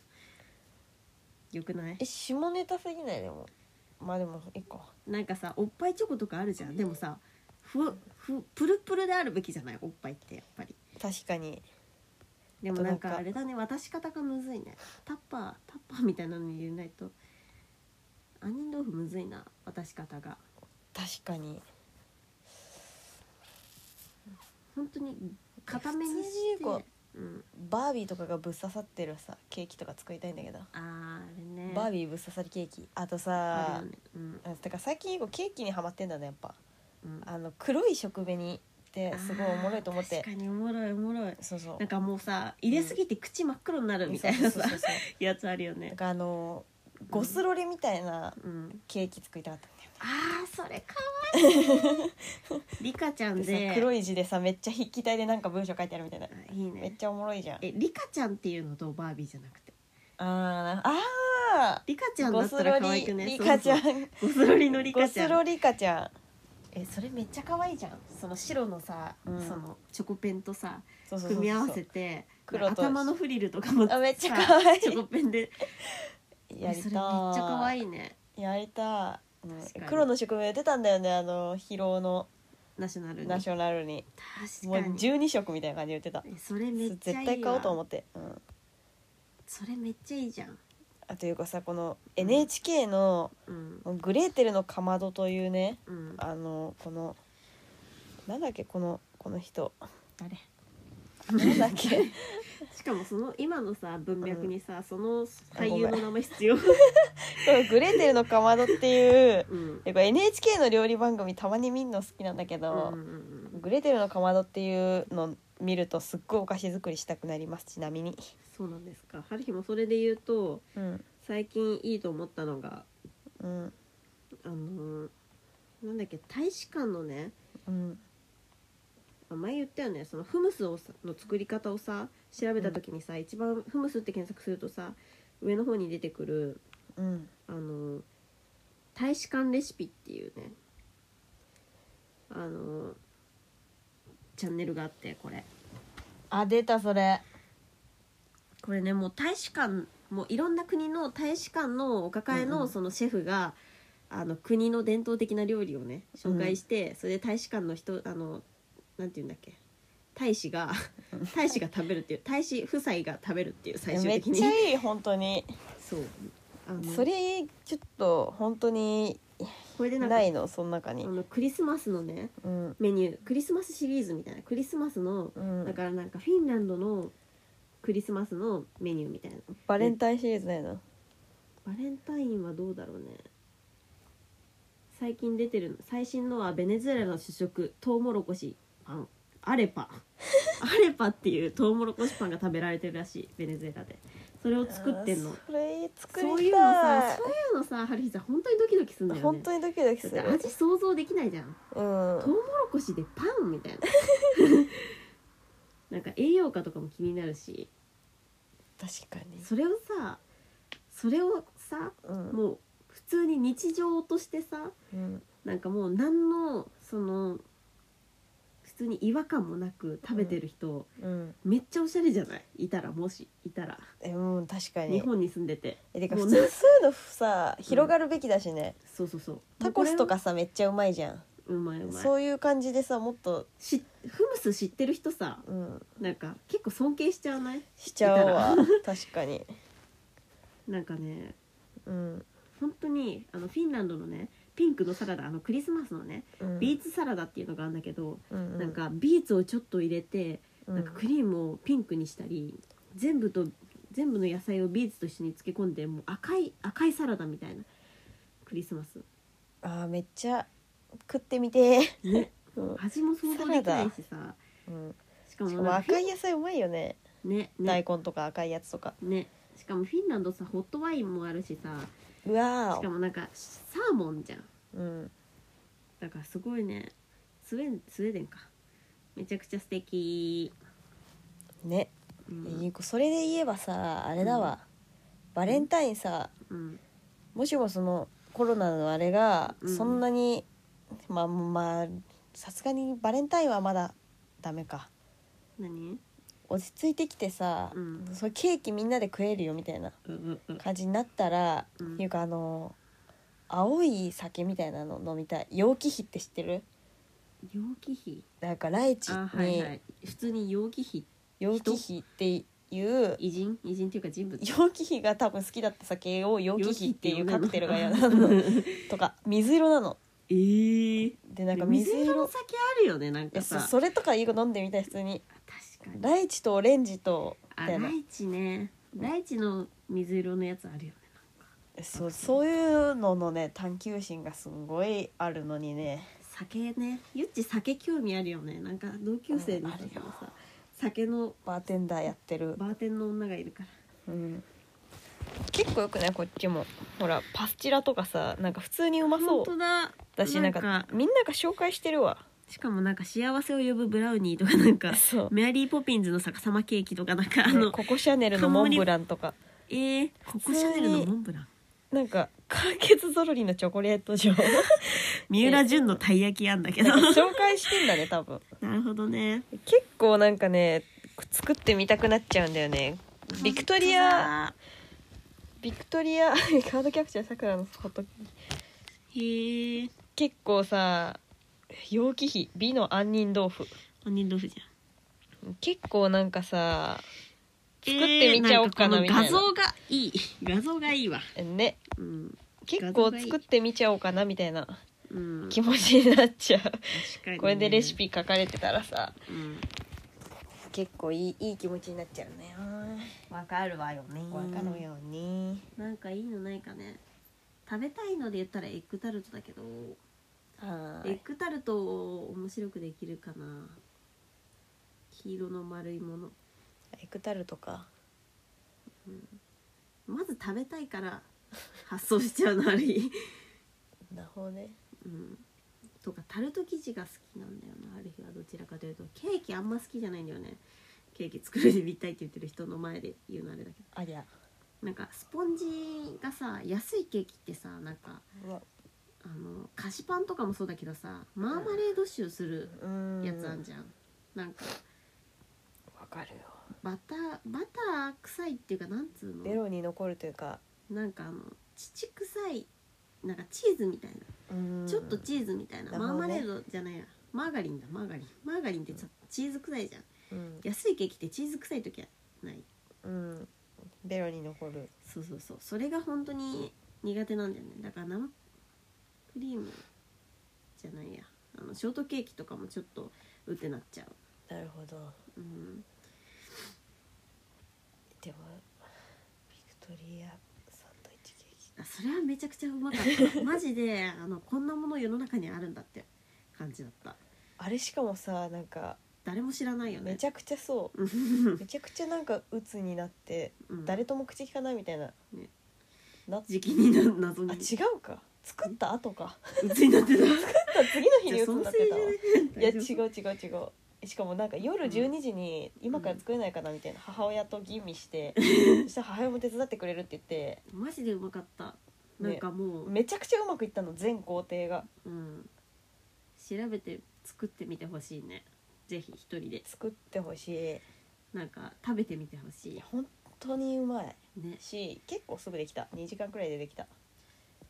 S2: よくない
S3: え下ネタすぎないでもまあでもいいか
S2: なんかさおっぱいチョコとかあるじゃんでもさふふプルプルであるべきじゃないおっぱいってやっぱり
S3: 確かに
S2: でもなんか
S3: なんか
S2: あれだね渡し方がむずいねタッパータッパーみたいなのに入れないと杏仁豆腐むずいな渡し方が
S3: 確かに
S2: 本当に固めに
S3: 普通
S2: し
S3: に
S2: て
S3: こ
S2: うん、
S3: バービーとかがぶっ刺さってるさケーキとか作りたいんだけど、
S2: あーあれね
S3: バービーぶっ刺さりケーキあと
S2: あ
S3: さ
S2: るよねうん
S3: あてか最近結構ケーキにはまってんだねやっぱ
S2: うん
S3: あの黒い食紅ってすごいおもろいと思っ
S2: あー
S3: て
S2: 確かにおもろいおもろい
S3: そうそう
S2: なんかもうさ入れすぎて口真っ黒になるみたい
S3: そう
S2: な
S3: そ
S2: さ
S3: うそうそう
S2: やつあるよ
S3: な
S2: ね
S3: んかあのゴスロリみたいな
S2: うん
S3: ケーキ作りたかったんだよね
S2: あーそれか わいいリカちゃん
S3: で
S2: で
S3: さ黒い字でさめっちゃ筆記体でなんか文章書いてあるみたいな
S2: あいい
S3: めっ
S2: ね
S3: ちゃおもろいじゃん
S2: えリカちゃんっていうのとバービーじゃなくて
S3: あーあ
S2: リカちゃ
S3: ー
S2: んだ
S3: ゴ
S2: っ
S3: ス
S2: たら
S3: ロ
S2: 可愛
S3: リ
S2: くね
S3: リカちゃん
S2: そうそうゴスロリのリ
S3: ゴ
S2: カち
S3: ス
S2: ゃ
S3: ロ
S2: ん
S3: リカちゃん
S2: えそれめっちゃ可愛いじゃんその白のさ、
S3: うん
S2: そのチョコペンとさ
S3: そうそうそうそう
S2: 組み合わせて
S3: 黒と
S2: 頭のフリルとかも
S3: あめっちゃ
S2: さ
S3: 可愛い
S2: チョコペンで
S3: やりた
S2: それめっちゃ可
S3: い
S2: 愛いね
S3: やりたい、うん
S2: 確かに
S3: 黒の宿命出たんだよねあの疲労の
S2: ナショナルに
S3: ナショナルに
S2: 確
S3: もう
S2: かに
S3: 12色みたいな感じで売ってた
S2: えそれめっちゃいいわ
S3: 絶対買おうと思って、うん、
S2: それめっちゃいいじゃん
S3: あというかさこの
S2: うん
S3: NHK の
S2: うん
S3: 「グレーテルのかまど」というね
S2: うん
S3: あのこのなんだっけこのこの人
S2: 誰
S3: なんだっけ
S2: しかもその今のさ文脈にさ、その
S3: あごめん
S2: 俳優の名前必 要、
S3: この「グレーテルのかまど」っていう
S2: うん、
S3: えこれ NHK の料理番組たまに見るの好きなんだけ
S2: うんうん
S3: ど
S2: う
S3: 「
S2: ん
S3: グレーテルのかまど」っていうの見るとすっごいお菓子作りしたくなりますちなみに。
S2: そうなんですか春日もそれで言うと
S3: うん
S2: 最近いいと思ったのが
S3: うん
S2: あのーなんだっけ大使館のね
S3: うん
S2: あ前言ったよねそのフムスをさの作り方をさ調べた時にさ、一番フムスって検索するとさ上の方に出てくる
S3: うん
S2: あの大使館レシピっていうねあのチャンネルがあってこれ
S3: あ出たそれ
S2: これねもう大使館もういろんな国の大使館のお抱え
S3: うんう
S2: の
S3: ん
S2: そのシェフが、あの国の伝統的な料理をね紹介して、それで大使館の人あのなんて言うんだっけ大使が大使が食べるっていう大使夫妻が食べるっていう最終
S3: めっ
S2: 的に
S3: ちゃいい本当に
S2: そうあの
S3: それちょっと本当に
S2: これでなんか
S3: ないのその中
S2: あ
S3: に
S2: のクリスマスのね
S3: うん
S2: メニュークリスマスシリーズみたいなクリスマスの
S3: うん
S2: だからなんかフィンランドのクリスマスのメニューみたいな
S3: バレンタインシリーズないの
S2: バレンタインはどうだろうね最近出てるの最新のはベネズエラの主食トウモロコシパンア レパアレパっていうトウモロコシパンが食べられてるらしいベネズエラでそれを作ってんの
S3: あーそれいい作りたい
S2: そういうのさそういうのさ春日さん本当にドキドキするんだよね
S3: 本当にドキドキす
S2: だ
S3: る
S2: って味想像できないじゃん
S3: うん
S2: トウモロコシでパンみたい ななんか栄養価とかも気になるし
S3: 確かに
S2: それをさそれをさ
S3: うん
S2: もう普通に日常としてさ
S3: うん
S2: なんかもう何のその普通に違和感もなく食べてる人、
S3: うん
S2: めっちゃおしゃれじゃないいたらもしいたら
S3: えうん確か
S2: 日
S3: に
S2: 本に住んでて
S3: えてか
S2: も
S3: 普
S2: う
S3: 通そういうのさ広がるべきだしね
S2: そうそうそう
S3: タコスとかさめっちゃうまいじゃん
S2: うまいうまい
S3: そういう感じでさもっと
S2: しフムス知ってる人さ
S3: うん
S2: なんか結構尊敬しちゃわない
S3: しちゃうわ確かに
S2: なんかね
S3: うん
S2: 本当にあのフィンランドのねピンクのサラダあのクリスマスのね
S3: うん
S2: ビーツサラダっていうのがあるんだけど、
S3: うん
S2: なんかビーツをちょっと入れて、
S3: うん
S2: なんかクリームをピンクにしたり全部と全部の野菜をビーツと一緒に漬け込んでもう赤い赤いサラダみたいなクリスマス
S3: あーめっちゃ食ってみて ー
S2: ね
S3: うん
S2: 味も想像できないしさ
S3: うん
S2: しかも
S3: しか
S2: なん
S3: も
S2: か
S3: 赤い野菜うまいよね
S2: ね
S3: 大
S2: ね
S3: 根とか赤いやつとか
S2: ねしかもフィンランドさホットワインもあるしさ
S3: うわ
S2: し
S3: ー
S2: かもなんかサーモンじゃん
S3: うん
S2: だからすごいねスウェーデンスウェーデンかめちゃくちゃ素敵、
S3: ね
S2: うん
S3: いい子それで言えばさあれだわ、バレンタインさ
S2: うん
S3: もしもそのコロナのあれが
S2: うん
S3: そんなに、まあまあさすがにバレンタインはまだダメか
S2: 何
S3: 落ち着いてきてさ、
S2: うん
S3: それケーキみんなで食えるよみたいな
S2: うんうん
S3: 感じになったら、
S2: うん
S3: いうかあの青い酒みたいなの飲みたい陽気比って知ってる
S2: 容器費
S3: なんかライチ
S2: あはいは
S3: に
S2: い普通に容器費
S3: 陽気比っていう
S2: 偉人偉人っていうか人物
S3: 陽気比が多分好きだった酒を陽気比っていうカクテルが嫌な
S2: 容器費 って呼ん
S3: の
S2: でんの
S3: とか水色なの
S2: えー、
S3: でなんか水
S2: 水
S3: 色
S2: 色の酒あるよねな
S3: い
S2: ん
S3: や
S2: か
S3: そ
S2: さ
S3: それとかいう飲んでみたい普通に
S2: 確かに
S3: ライチとオレンジとみ
S2: あ
S3: たいな
S2: ライチねライチの水色のやつあるよね
S3: そうそういうののね探求心がすごいあるのにね
S2: 酒ねゆっち酒興味あるよねなんか同級生の
S3: う
S2: 人
S3: んあるよ
S2: もさ酒の
S3: バーテンダーやってる、
S2: バーテンの女がいるから
S3: うん、結構よくないこっちもほらパスチラとかさなんか普通にうまそ
S2: 本
S3: う
S2: 当だ
S3: だしなんかみんなが紹介してるわ
S2: しかもなんか幸せを呼ぶブラウニーとかなんか
S3: そう、
S2: メアリー・ポピンズの逆さまケーキとかなんかあ
S3: ね
S2: の、
S3: ココシャネルのモンブランとか
S2: えー、ココシャネルのモンブラン
S3: なんか完結ぞろりのチョコレート状なんか
S2: 三浦淳のたい焼きやんだけど
S3: 紹介してんだね多分
S2: なるほどね
S3: 結構なんかね作ってみたくなっちゃうんだよねビクトリアビクトリア カードキャプチャーさくらのこと
S2: へー
S3: 結構さ陽気比美の杏仁豆腐
S2: 杏仁豆腐じゃん
S3: 結構なんかさ作ってみちゃおうかなみたいな
S2: えーんかこの画像がいい画像がいいわ
S3: ね
S2: うん、
S3: 結構
S2: 画像がいい
S3: 作ってみちゃおうかなみたいな
S2: うん、
S3: 気持ちになっちゃ
S2: 確かに
S3: う
S2: ね
S3: これでレシ、ピ書かれてたらさ
S2: うん、
S3: 結構いいいい気持ちになっちゃうね
S2: わかるわよね
S3: わかるよね
S2: なんかいいのないかね食べたいので言ったらエッグタルトだけど、
S3: は
S2: エ
S3: ー
S2: ッ
S3: い
S2: グタルトを面白くできるかな黄色の丸いもの
S3: エクタルとか
S2: まず食べたいから発想しちゃうのあり、
S3: なるほどね
S2: うん、とかタルト生地が好きなんだよなある日はどちらかというとケーキあんま好きじゃないんだよねケーキ作るでみたいって言ってる人の前で言うのあれだけど
S3: ありゃ
S2: なんかスポンジがさ安いケーキってさなんか
S3: うわ
S2: あの菓子パンとかもそうだけどさマーマレード臭する
S3: うーん
S2: やつあんじゃん、なんか
S3: わかるよ
S2: バターバター臭いっていうかなんつう
S3: ベ
S2: の
S3: ロに残るというか
S2: なんかあの乳臭いなんかチーズみたいな、ちょっとチーズみたいな、
S3: なるほ
S2: マ
S3: どね
S2: ーマレードじゃないやマーガリンだマーガリンマーガリンってさ、チーズ臭いじゃん
S3: うん、
S2: 安いケーキってチーズ臭い時はない
S3: うん、ベロに残る
S2: そうそうそうそれが本当に苦手なんだよねだから生クリームじゃないやあのショートケーキとかもちょっとうってなっちゃ
S3: なるほど
S2: ううん
S3: でもビクトリアサンドイッチケーキ
S2: あそれはめちゃくちゃうま かったマジであのこんなもの世の中にあるんだって感じだった
S3: あれしかもさなんか
S2: 誰も知らないよね
S3: めちゃくちゃそうめちゃくちゃなんか鬱になって
S2: うん
S3: 誰とも口利かないみたいな、
S2: ね
S3: なっ
S2: 時期にな謎
S3: あ
S2: に
S3: 違うか作った後か
S2: うつにな ってた
S3: 作った次の日に
S2: じゃあ
S3: 鬱
S2: ソ
S3: にな
S2: ー
S3: っ
S2: セ
S3: て
S2: ー
S3: たわい
S2: ジ
S3: や違
S2: で
S3: う違う違うしかもなんか夜
S2: うん
S3: 12時に今から作れないかなみたいな母親と吟味してそしたら母親も手伝ってくれるって言って
S2: マジでうまかったなんかもう、
S3: めちゃくちゃうまくいったの全工程が
S2: うん、調べて作ってみてほしいねぜひ一人で
S3: 作ってほしい
S2: なんか食べてみてほし
S3: いや本当にうまい
S2: いね
S3: し結構すぐできた2時間くらいでできた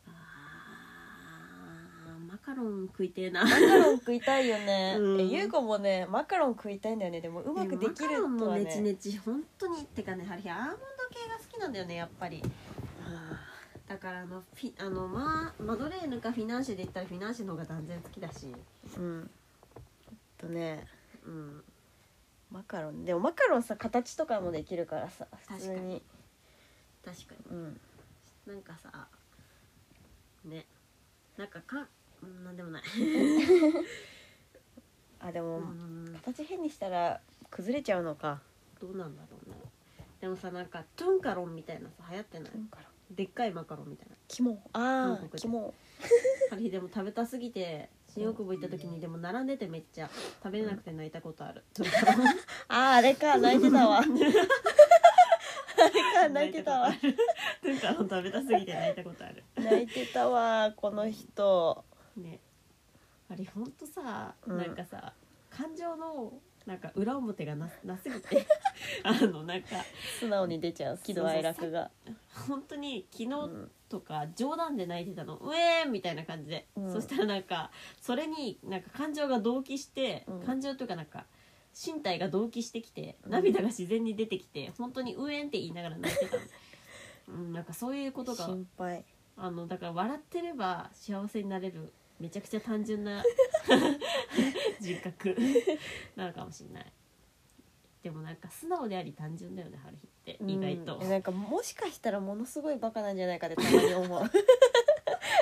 S2: あーマカロン食いてえな
S3: マカロン食いたいよね、
S2: うん
S3: えゆうこもねマカロン食いたいんだよねでもうまくできる
S2: マカロン
S3: と
S2: も
S3: はね
S2: ネチネチ本当にってかねハリーアーモンド系が好きなんだよねやっぱりだからあのフィあの、まあ、マドレーヌかフィナンシェで言ったらフィナンシェの方が断然好きだし
S3: うんあとね
S2: うん
S3: マカロンでもマカロンさ形とかもできるからさ普
S2: 確
S3: 通
S2: か
S3: に
S2: に確か
S3: うん
S2: になんかさねなんかかうんなんでもない
S3: あでも、
S2: うん
S3: 形変にしたら崩れちゃうのか
S2: どうなんだろうねでもさなんかトゥンカロンみたいなさ流行ってないでっかいマカロンみたいな
S3: キモあ
S2: 韓国
S3: あ
S2: で
S3: キモ
S2: ある日でも食べたすぎて新大久保行った時にでも並んでてめっちゃ食べれなくて泣いたことある、
S3: あああれか泣いて たわあれか泣いてたわ
S2: トゥンカロン食べたすぎて泣いたことある
S3: 泣いてたわこの人
S2: ねあれほんとさ、
S3: うん
S2: なんかさ感情のなんか裏表がななすぎて あのなんか
S3: 素直に出ちゃう喜怒哀楽が
S2: 本当に昨
S3: う
S2: 日
S3: ん
S2: とか冗談で泣いてたの「うえー!」みたいな感じで、
S3: うん
S2: そしたらなんかそれになんか感情が同期して、
S3: うん
S2: 感情というかなんか身体が同期してきて
S3: うん
S2: 涙が自然に出てきて本当に「うえん」って言いながら泣い てたの。うん、なんかそういうことが
S3: 心配
S2: あのだから笑ってれば幸せになれるめちゃくちゃ単純 な人格なのかもしれないでもなんか素直であり単純だよね春日って意外と、
S3: うんなんかもしかしたらものすごいバカなんじゃないかってたまに 思う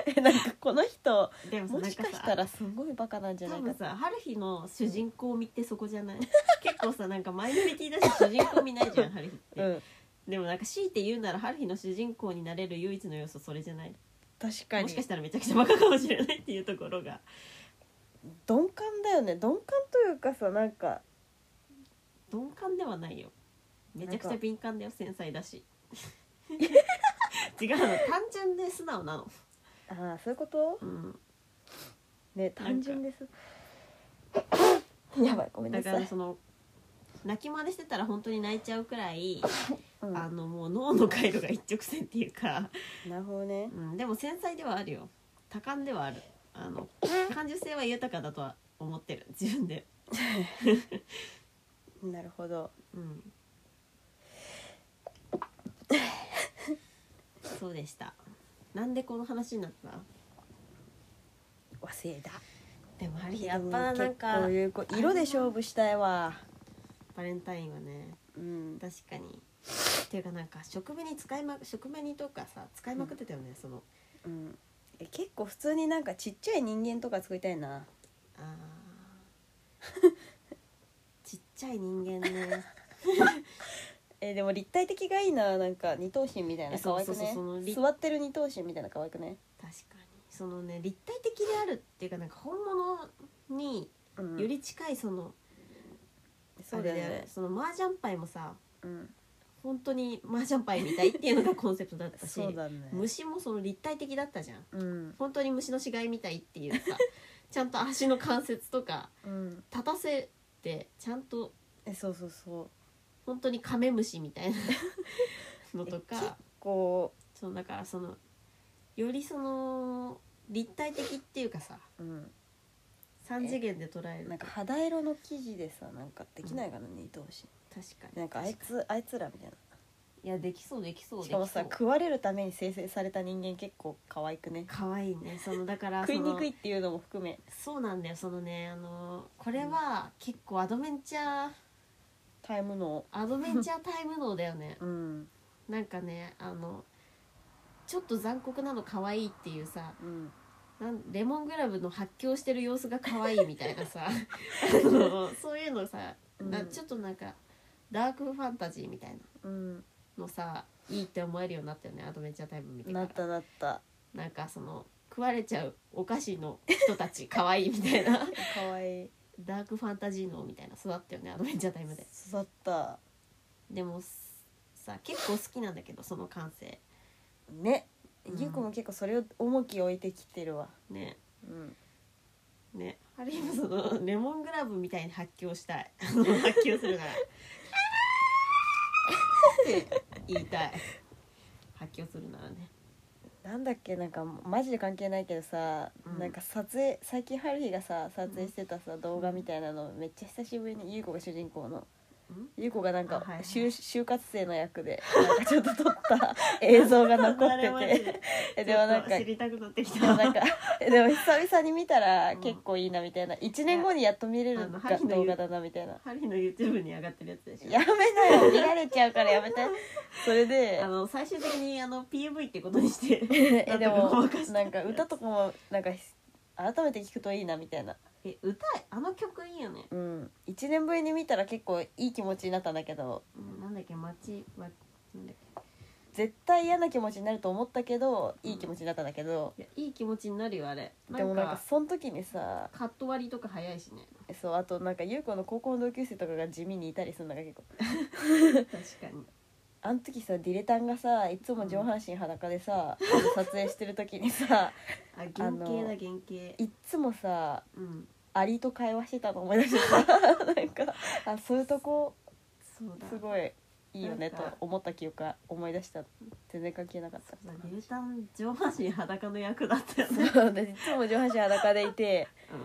S3: えなんかこの人
S2: でもさ
S3: も
S2: なん
S3: し
S2: か
S3: か
S2: さ
S3: したらすごいバカなんじゃな
S2: 多
S3: い
S2: 分
S3: かと
S2: さ春日の主人公見ってそこじゃない 結構さなんかマイノリティだし主人公見ないじゃん春日って、
S3: うん
S2: でもなんか強いて言うなら春日の主人公になれる唯一の要素それじゃない
S3: 確か
S2: も
S3: に
S2: しかしたらめちゃくちゃバカかもしれないっていうところが
S3: 鈍感だよね鈍感というかさなんか
S2: 鈍感ではないよめちゃくちゃ敏感だよ繊細だ し違うの単純で素直なの
S3: ああそういうこと
S2: うん
S3: ね単純です やばいごめんな
S2: だか
S3: さ
S2: ら
S3: い
S2: その泣き真似してたら本当に泣いちゃうくらい
S3: うん
S2: あのもう脳の回路が一直線っていうか、
S3: なるほどね
S2: うん、でも繊細ではあるよ多感ではあるあの感受性は豊かだとは思ってる自分で
S3: なるほど
S2: うんそうでしたなんでこの話になった
S3: 忘れた
S2: でもあれや
S3: や
S2: っ
S3: っ
S2: ぱ
S3: ぱ
S2: な
S3: なんん
S2: か
S3: か色で勝負したいわ
S2: バレンタインはね
S3: うん
S2: 確かにっていうかなんか食紅使いま食紅とかさ使いまくってたよね、その
S3: うんえ結構普通になんかちっちゃい人間とか作りたいな
S2: あ ーちっちゃい人間ね
S3: えでも立体的がいいななんか二頭身みたい
S2: え
S3: な
S2: そう
S3: 可愛く
S2: そうそう
S3: ね
S2: その立
S3: 座ってる二頭身みたいな可愛くね
S2: 確かにそのね立体的であるっていうかなんか本物に
S3: うん
S2: より近いその、
S3: そうだよ
S2: あれ
S3: ね
S2: その麻雀牌もさ
S3: うん
S2: 本当に麻雀牌みたいっていうの がコンセプトだったし、
S3: そうだね
S2: 虫もその立体的だったじゃん
S3: うん
S2: 本当に虫の死骸みたいっていう さちゃんと足の関節とか
S3: うん
S2: 立たせてちゃんと
S3: えそうそうそう
S2: 本当にカメムシみ たいなのと
S3: え結
S2: か
S3: こ
S2: そうだからそのよりその立体的っていうかさ
S3: ううん
S2: 3次元で捉える
S3: なんか肌色の生地でさなんかできないかな二頭身
S2: 確かに
S3: なんかあいつあいつらみたい
S2: いやできそうできそう
S3: なし
S2: でき
S3: か
S2: そう
S3: もさ食われるために生成された人間結構可愛くね
S2: かわいいねそのだ から
S3: 食いにくい
S2: その
S3: っていうのも含め
S2: そうなんだよそのねあのこれは結構アドベンチャー
S3: タイムの
S2: アドベンチャータイム能だよね
S3: うん
S2: なんかねあのちょっと残酷なの可愛いっていうさ
S3: うん
S2: なんレモングラブの発狂してる様子が可愛いみたいな さあのそういうのさ、な
S3: うん
S2: ちょっとなんかダークファンタジーみたいな
S3: うん
S2: のさいいって思えるようになったよねアドベンチャータイム見て
S3: な
S2: から
S3: ったなった
S2: なんかその食われちゃうお菓子の人たち可愛いみた いな
S3: 可愛い
S2: ダークファンタジーのみたいな育ったよねアドベンチャータイムで
S3: 育った
S2: でもさ結構好きなんだけどその感性
S3: ね
S2: うん
S3: ゆうこも結構それを重きを置いてきてるわ
S2: ね
S3: うん
S2: ねあるいはそのレモングラブみたいに発狂したい あの発狂するならって言いたい発狂するな らね
S3: なんだっけなんかマジで関係ないけどさ、
S2: うん
S3: なんか撮影最近春日がさ撮影してたさ、動画みたいなのめっちゃ久しぶりにゆうこが主人公の
S2: うん
S3: ゆうこがなん
S2: あ
S3: か、
S2: はいはい
S3: 就就活生の役でなんかちょっと撮った 映像が残
S2: あれマジ
S3: ってて
S2: で
S3: えでもなん
S2: ちょ
S3: か
S2: っと知りたくなってき
S3: でも
S2: た
S3: なんか えでも久々に見たら
S2: うん
S3: 結構いいなみたいな、一1年後にやっと見れ
S2: いや
S3: る
S2: あの
S3: が
S2: 春日の言
S3: 動画
S2: う
S3: だなみた いな
S2: ハリーの YouTube に上がってるやつでしょ
S3: やめなよ見られちゃうからやめて それで
S2: あの最終的にあの PV ってことにして
S3: えで
S2: な
S3: も
S2: んとかごまかして
S3: なんか歌とかもなんか改めて聞くといいなみたいな、
S2: え歌あの曲いいよね、
S3: うん、1年ぶりに見たら結構いい気持ちになったんだけど
S2: うん、なんだっけ街はなんだっ
S3: 絶対嫌な気持ちになると思ったけどいい気持ちになったんだけど、
S2: けいやいい気持ちになるよあれ
S3: でもなん
S2: な
S3: か
S2: んか
S3: その時にさ
S2: カット割りとか早いしね
S3: そうあとなんか優子の高校の同級生とかが地味にいたりするのが結構
S2: 確かに
S3: あの時さディレタンがさいつも上半身裸でさ、あの撮影してる時にさ
S2: あ原
S3: あ
S2: 型
S3: の
S2: だ原型
S3: いっつもさ
S2: うん
S3: アリと会話してたの思い出してた なんかあそういうとこ
S2: そうだ
S3: すごいいいよね
S2: な
S3: と
S2: んか
S3: 思った記憶が思い出した全然関係なかった
S2: まあ牛タン上半身裸の役だったよね
S3: そう私いつも上半身裸でいて
S2: う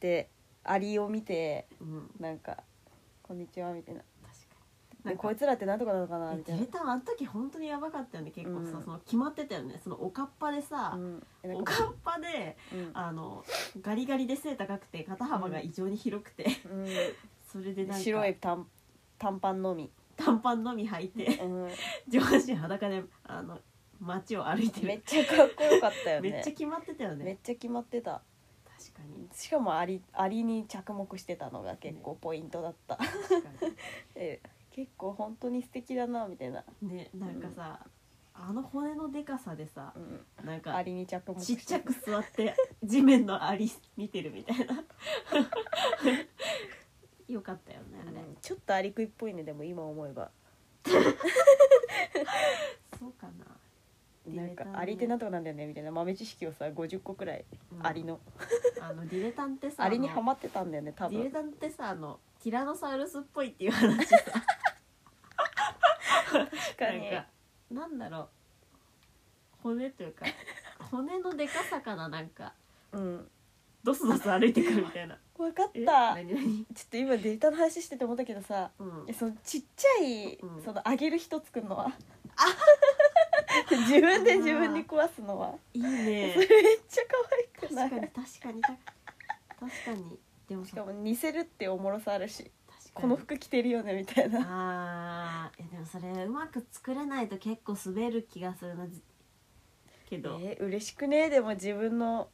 S3: でアリを見て
S2: ん、うん、
S3: なんか「こんにちは」みたいな
S2: 確か
S3: 「
S2: になん
S3: で
S2: か
S3: こいつらってなんとかなのかな」
S2: え
S3: みたい
S2: 牛
S3: な。
S2: タンあの時本当にやばかったよね結構さ、
S3: うん
S2: その決まってたよねそのおかっぱでさ、
S3: うん、えなん
S2: お
S3: か
S2: かっぱで
S3: うん
S2: あのガリガリで背高くて肩幅が異常に広くて、
S3: う
S2: それで
S3: ん、
S2: なんか
S3: 白い短短パンのみ、
S2: 短パンのみ履いて
S3: うん、
S2: 上半身裸であの街を歩いてる
S3: めっちゃかっこよかったよね
S2: めっちゃ決まってたよ
S3: めっ
S2: ね
S3: ちゃ決まってた
S2: 確かに
S3: しかもアリアリに着目してたのが結構ポイントだった、
S2: 確か
S3: え結構本当に素敵だなみたいな、
S2: にねなんかさ、あの骨のでかさでさ
S3: うん、
S2: なんか
S3: アリに着目
S2: ちっ
S3: して
S2: ちゃく座って地面のアリ見てるみたいな よかったよねあれ、
S3: うんちょっとアリクイっぽいねでも今思えば
S2: そうかなディ
S3: なん
S2: レタ
S3: か
S2: ンね
S3: アリってなんとかなんだよねみたいな豆知識をさ50個くらい、
S2: うん
S3: アリの
S2: あのディレタンってさ
S3: アリに
S2: あの
S3: ハマってたんだよね多
S2: ディレ
S3: 分
S2: タンってさあのティラノサウルスっぽいっていう話さ
S3: 確
S2: なんかなんだろう骨とい うか骨のでかさかななんか
S3: うん
S2: ドスドス歩いてくるみ たいな
S3: 分かっ
S2: え
S3: た
S2: 何何
S3: ちょっと今データの話してて思ったけどさ
S2: うん
S3: えそのちっちゃい、
S2: うん
S3: そのあげる人作るのは 自分で自分に壊すのはい
S2: いね
S3: それめっちゃ可愛
S2: 確
S3: く
S2: か
S3: な
S2: に
S3: い
S2: 確かに確かにでも
S3: し
S2: さ
S3: か
S2: 確か
S3: も似せるっておもろさあるし
S2: に
S3: この 服着てるよねみたいな
S2: あーえでもそれうまく作れないと結構滑る気がするなじけど、
S3: えー嬉しくねでも自分の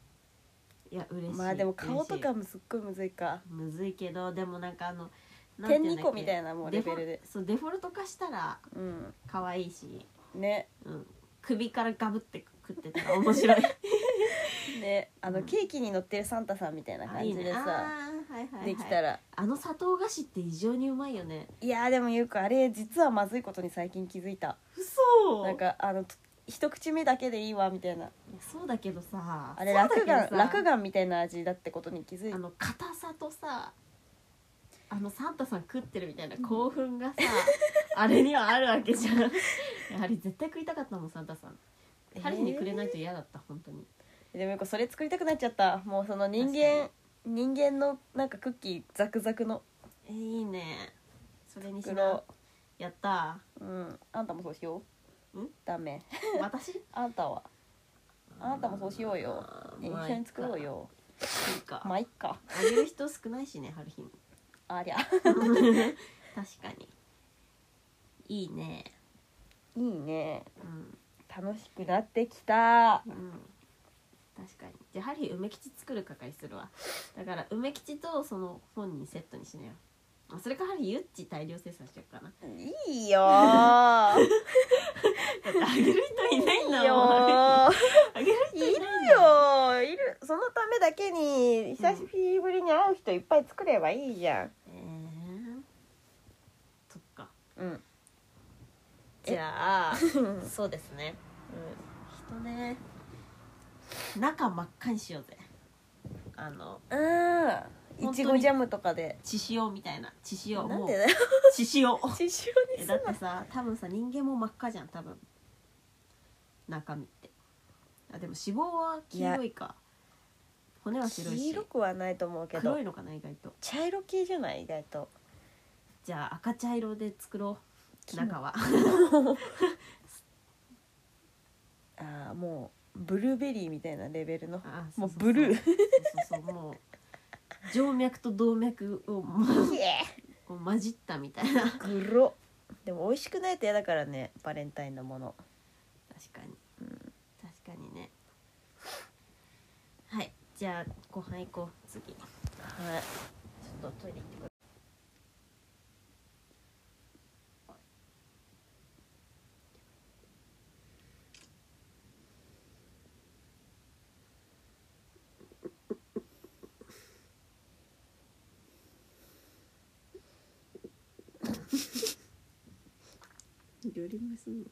S2: いや嬉しい
S3: まあでも顔とか
S2: 嬉し
S3: もすっごいむずいか
S2: いむずいけどでもなんかあのなんて
S3: 点
S2: い
S3: 2
S2: うんだっけ
S3: 個みたいなもうレベルで
S2: デフォそうデフォルト化したら
S3: うん
S2: 可愛いし、
S3: ね
S2: うん、首からガブって食ってたら面白い
S3: ねあの
S2: うん
S3: ケーキに乗ってるサンタさんみたいな感
S2: い
S3: じ
S2: いね
S3: でさ
S2: あーはいはいはい、
S3: できたら
S2: あの砂糖菓子って異常にうまいよね
S3: いやーでもゆうくんあれ実はまずいことに最近気づいた
S2: 嘘
S3: なんかあのと一口目だけでいいわみたいない
S2: やそうだけどさ
S3: あれ
S2: そうだけ
S3: 落
S2: どさ
S3: 眼落眼みたいな味だってことに気づい
S2: あ
S3: た
S2: の硬さとさあのサンタさん食ってるみたいな興奮がさあれにはあるわけじゃんいやあれ絶対食いたかったもんサンタさん彼にくれないと嫌だった本当に
S3: えーでもゆうくんそれ作りたくなっちゃったもうその人間人間のなんかクッキーザクザクの
S2: えいいねそれにしな
S3: 袋
S2: やった
S3: うんあんたもそうしようんダメ
S2: ー私
S3: あんたはあなたもそうしようよ
S2: あ
S3: え
S2: ーまあ
S3: 一緒に作ろうよ
S2: いいか
S3: まあいっか
S2: あげる人少ないしね春日 も
S3: ありゃ
S2: 確かにいいね
S3: いいね
S2: うん、
S3: 楽しくなってきた
S2: うん、確かにじゃあハリー梅吉作る係するわだから梅吉とその本にセットにしなよあそれかハリーユッチ大量生産しちゃうかない
S3: い よー
S2: だってあげる人いないん
S3: い
S2: だ
S3: いよ
S2: もん
S3: ー
S2: あげる
S3: い
S2: 人
S3: る
S2: い
S3: よ
S2: ないんだもん
S3: ーいるそのためだけに久しぶりに会う人いっぱい作ればいいじゃん
S2: えー、そっか
S3: うん
S2: じゃあ
S3: うん
S2: そうですね人ね中真っ赤にしようぜあの
S3: うんいちごジャムとかで
S2: 血潮みたいな血潮
S3: な
S2: も
S3: ん
S2: う
S3: でだよ
S2: 血潮
S3: 刺繍に
S2: え
S3: す
S2: だ
S3: な
S2: ってさ多分さ人間も真っ赤じゃん多分中身ってあでも脂肪は黄色いか骨は白い
S3: 黄
S2: し
S3: 色くはないと思うけど
S2: 黒いのかな意外と
S3: 茶色系じゃない意外と
S2: じゃあ赤茶色で作ろう
S3: 黄色
S2: 中は
S3: ああもうブルーベリーみたいなレベルの
S2: あ
S3: もうブルー
S2: そう そうそうもう静脈と動脈をもう
S3: イエ
S2: こう混じったみた いな確
S3: ーグロでも美味しくないと嫌だからねバレンタインのもの
S2: かに、確かにねはいじゃあご飯行こう次
S3: はいちょっとトイレ行ってくる
S2: 寄り目すんの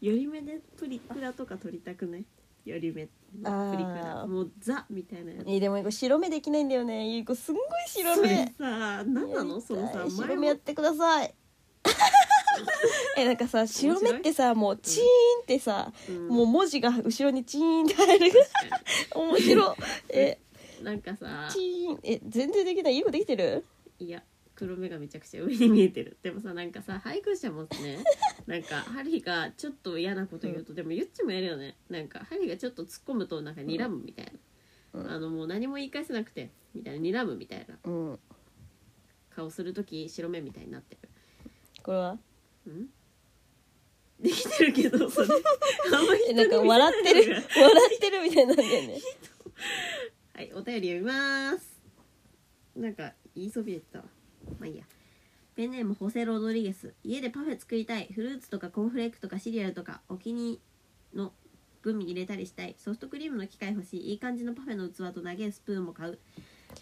S2: 寄り目でプリクラとか撮りたくねより目のプリクラ
S3: あー
S2: もうザみたいなやつ
S3: えでも白目できないんだよねゆいこすんごい白
S2: そ
S3: 目
S2: れさ何なのそのさ前
S3: 白目やっ
S2: も
S3: てくださいえなんかさ白目ってさもうチーンってさ、
S2: うん
S3: もう文字が後ろにチーンって入る
S2: 確か
S3: 面白いえ
S2: になんかさ
S3: チーンえ全然できないゆいこできてる
S2: いや黒目がめちゃくちゃ上に見えてるでもさなんか さ配偶者もねなんかハリーがちょっと嫌なこと言うと、でもゆっちもやるよねなんかハリーがちょっと突っ込むとなんか睨むみたいな、
S3: うん
S2: あのもう何も言い返せなくてみたいな睨むみたいな
S3: うん
S2: 顔する時白目みたいになって
S3: これは
S2: るうんできてるけ どそれあんま
S3: え
S2: り
S3: なんか笑ってる笑ってるみたいなんだよね
S2: はいお便り読みますなんか言いそびれてたわまあいいやペンネームホセ・ロドリゲス家でパフェ作りたいフルーツとかコーンフレークとかシリアルとかお気に入りのグミ入れたりしたいソフトクリームの機械欲しいいい感じのパフェの器と長いスプーンも買う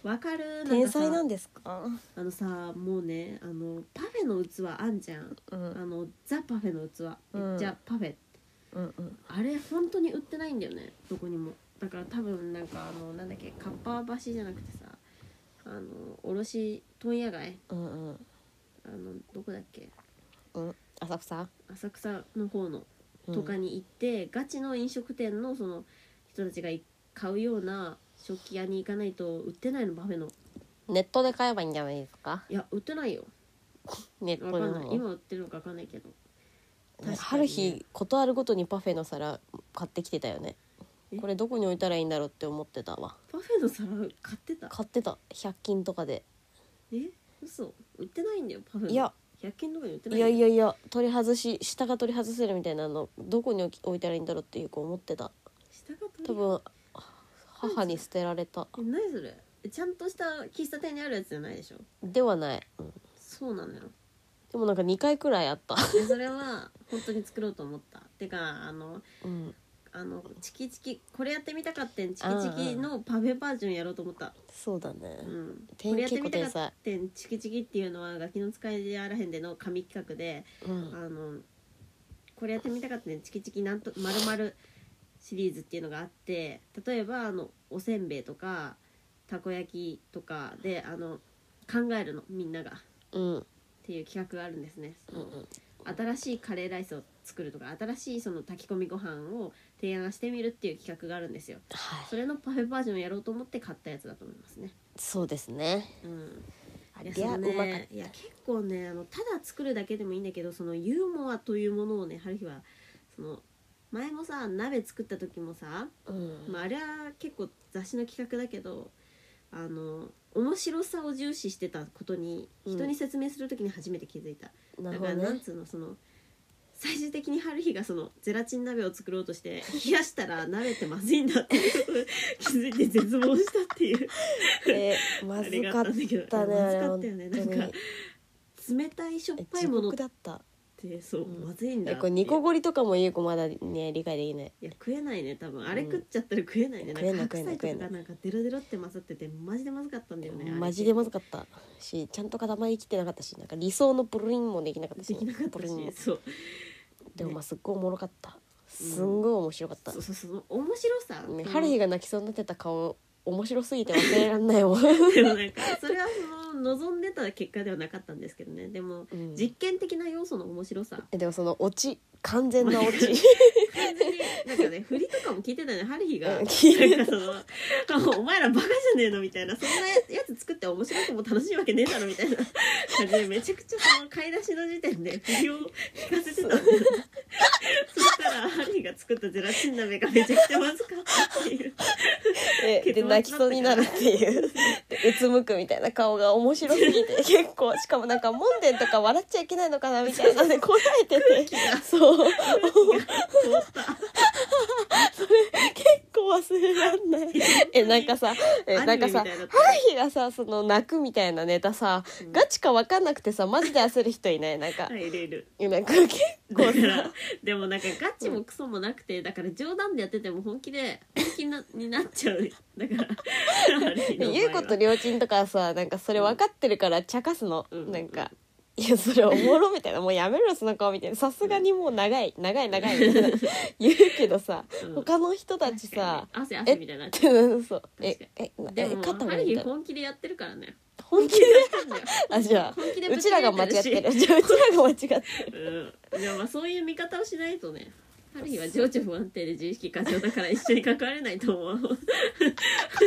S2: わかるー
S3: 天才なんん
S2: か
S3: ですか
S2: さあのさもうねあのパフェの器あんじゃん
S3: うん
S2: あのザ・パフェの器
S3: うん
S2: めっちゃパフェ、
S3: うんうん
S2: あれ本当に売ってないんだよねどこにもだから多分なんかあのなんだっけかっぱ橋じゃなくてさあの卸問屋街
S3: うんうん
S2: あのどこだっけ
S3: うん浅草
S2: 浅草の方の
S3: うん
S2: とかに行って、ガチの飲食店のその人たちがい買うような食器屋に行かないと売ってないのパフェの
S3: ネットで買えばいいんじゃないですか
S2: いや売ってないよ
S3: ネット
S2: わ
S3: で
S2: かんない
S3: も
S2: 今売ってるのかわかんないけど
S3: なんかある日ことあるごとにパフェの皿買ってきてたよね
S2: え
S3: これどこに置いたらいいんだろうって思ってたわ
S2: パフェの皿買ってた
S3: 買ってた100均とかで
S2: え嘘売ってないんだよパフェの
S3: いや
S2: 100均とかに売ってない
S3: いやいやいや取り外し下が取り外せるみたいなのどこに置き置いたらいいんだろうっていう子思ってた
S2: 下が取り
S3: 多分母に捨てられた
S2: え何それえちゃんとした喫茶店にあるやつじゃないでしょ
S3: ではない、うん
S2: そうなのよ
S3: でもなんか2回くらいあ った、
S2: でそれは本当に作ろうと思ったてかあの
S3: うん、
S2: あのチキチキこれやってみたかってんチキチキのパフェバージョンやろうと思った、
S3: そうだね、
S2: うん、
S3: 天
S2: これやって
S3: 結構
S2: みた
S3: 天
S2: かっ
S3: 才、
S2: てんチキチキっていうのはガキの使いであらへんでの神企画で
S3: うん、
S2: あのこれやってみたかったねチキチキなんとまるまるシリーズっていうのがあって例えばあのおせんべいとかたこ焼きとかであの考えるのみんながっ
S3: うん
S2: ていう企画があるんですね、そ
S3: う
S2: の
S3: ん
S2: 新しいカレーライスを作るとか新しいその炊き込みご飯を提案してみるっていう企画があるんですよ
S3: はい
S2: それのパフェバージョンをやろうと思って買ったやつだと思いますね
S3: そうですね
S2: うん
S3: あ
S2: いや
S3: りゃ
S2: そうのね
S3: まかっ
S2: いや結構ねあのただ作るだけでもいいんだけどそのユーモアというものをね春日はその前もさ鍋作った時もさ、
S3: た、うん
S2: まあ、あれは結構雑誌の企画だけどあの面白さを重視してたことに
S3: うん
S2: 人に説明する時に初めて気づいた、
S3: な
S2: だ
S3: る
S2: か
S3: ほど
S2: らなん
S3: ね
S2: つうのその最終的に春日がそのゼラチン鍋を作ろうとして冷やしたら鍋ってまずいんだっていうことに気づいて絶望したっていう。
S3: えーま
S2: あれ
S3: ず
S2: があ
S3: か
S2: っ
S3: った
S2: んだけど
S3: たね
S2: まずかったよね
S3: 本当に
S2: なんか冷たいしょったぱ
S3: 地
S2: いものっ
S3: 獄だった
S2: てそう、
S3: うん
S2: まずいんだ
S3: え
S2: って
S3: これニコゴリとかもゆうこまだね理解できない
S2: いや食えないね多分あれ食っちゃったら食えないね、
S3: うん
S2: なんか
S3: 食え
S2: 白
S3: ない
S2: 菜
S3: 食えない
S2: とかなんかデロデロって混ざっててマジでまずかったんだよねあれ
S3: マジでまずかったしちゃんと塊切ってなかったしなんか理想のプルリンもできなかったし
S2: できなかった
S3: プルリンも
S2: しそう
S3: でもまあすっごいおもろかったすんごい面白かった、
S2: そうそうその面白さ、
S3: ね
S2: その
S3: ハリーが泣きそうになってた顔面白すぎて忘れらんない もん、
S2: でもなんかそれはその望んでた結果ではなかったんですけどねでも、
S3: うん
S2: 実験的な要素の面白さ
S3: えでもそのオチ完全なオチ
S2: 完全に なんかね振りとかも聞いてたよねハリヒが
S3: う
S2: なんんか
S3: 聞いてた
S2: そのあ「お前らバカじゃねえの」みたいな「そんなやつ作って面白くも楽しいわけねえだろ」みたいな感じでめちゃくちゃその買い出しの時点で振りを聞かせてたんだよねそしたらハリヒが作ったゼラチン鍋がめちゃくちゃまずかったって いう
S3: えで
S2: 結末
S3: 泣きそうになるって いうでうつむくみたいな顔が面白すぎ て結構しかもなんか門殿とか笑っちゃいけないのかなみたいなのでこらえててそう
S2: 思った
S3: 結構忘れらん ないえなんかさえ
S2: ア
S3: なん
S2: ニメ
S3: かさ
S2: みた
S3: ハ
S2: いだった
S3: リーがさその泣くみたいなネタさ、
S2: うん
S3: ガチか分かんなくてさマジで焦る人いないなんか、
S2: はい入れる
S3: えなんか結構
S2: だから
S3: さ
S2: でもなんかガチもクソもなくてだから冗談でやってても本気で本気なになっちゃう だからハリヒの場合は
S3: ゆうことりょうちんとかさなんかそれ分かってるから茶化すの、
S2: うん
S3: なんかいやそれおもろみたいなもうやめろよその顔みたいなさすがにもう長い長い長いみたいな言うけどさ
S2: うん
S3: 他の人たちさ
S2: 確かにね汗汗みたいになっ
S3: っ
S2: ちゃ
S3: てなん そうえ
S2: 確かに
S3: えな
S2: うで
S3: え
S2: も
S3: 肩も
S2: ハリ
S3: み
S2: ー
S3: たいな
S2: 本気でやってるからね
S3: 本気で
S2: やってんだよ
S3: あじゃ
S2: 本気で
S3: あうちらが間違ってる
S2: ぶ
S3: う
S2: つ
S3: ちらが間違ってる
S2: けられてるしうんいやまあそういう見方をしないとねハリーは情緒不安定で自意識過剰だから一緒に関われないと思う
S3: なる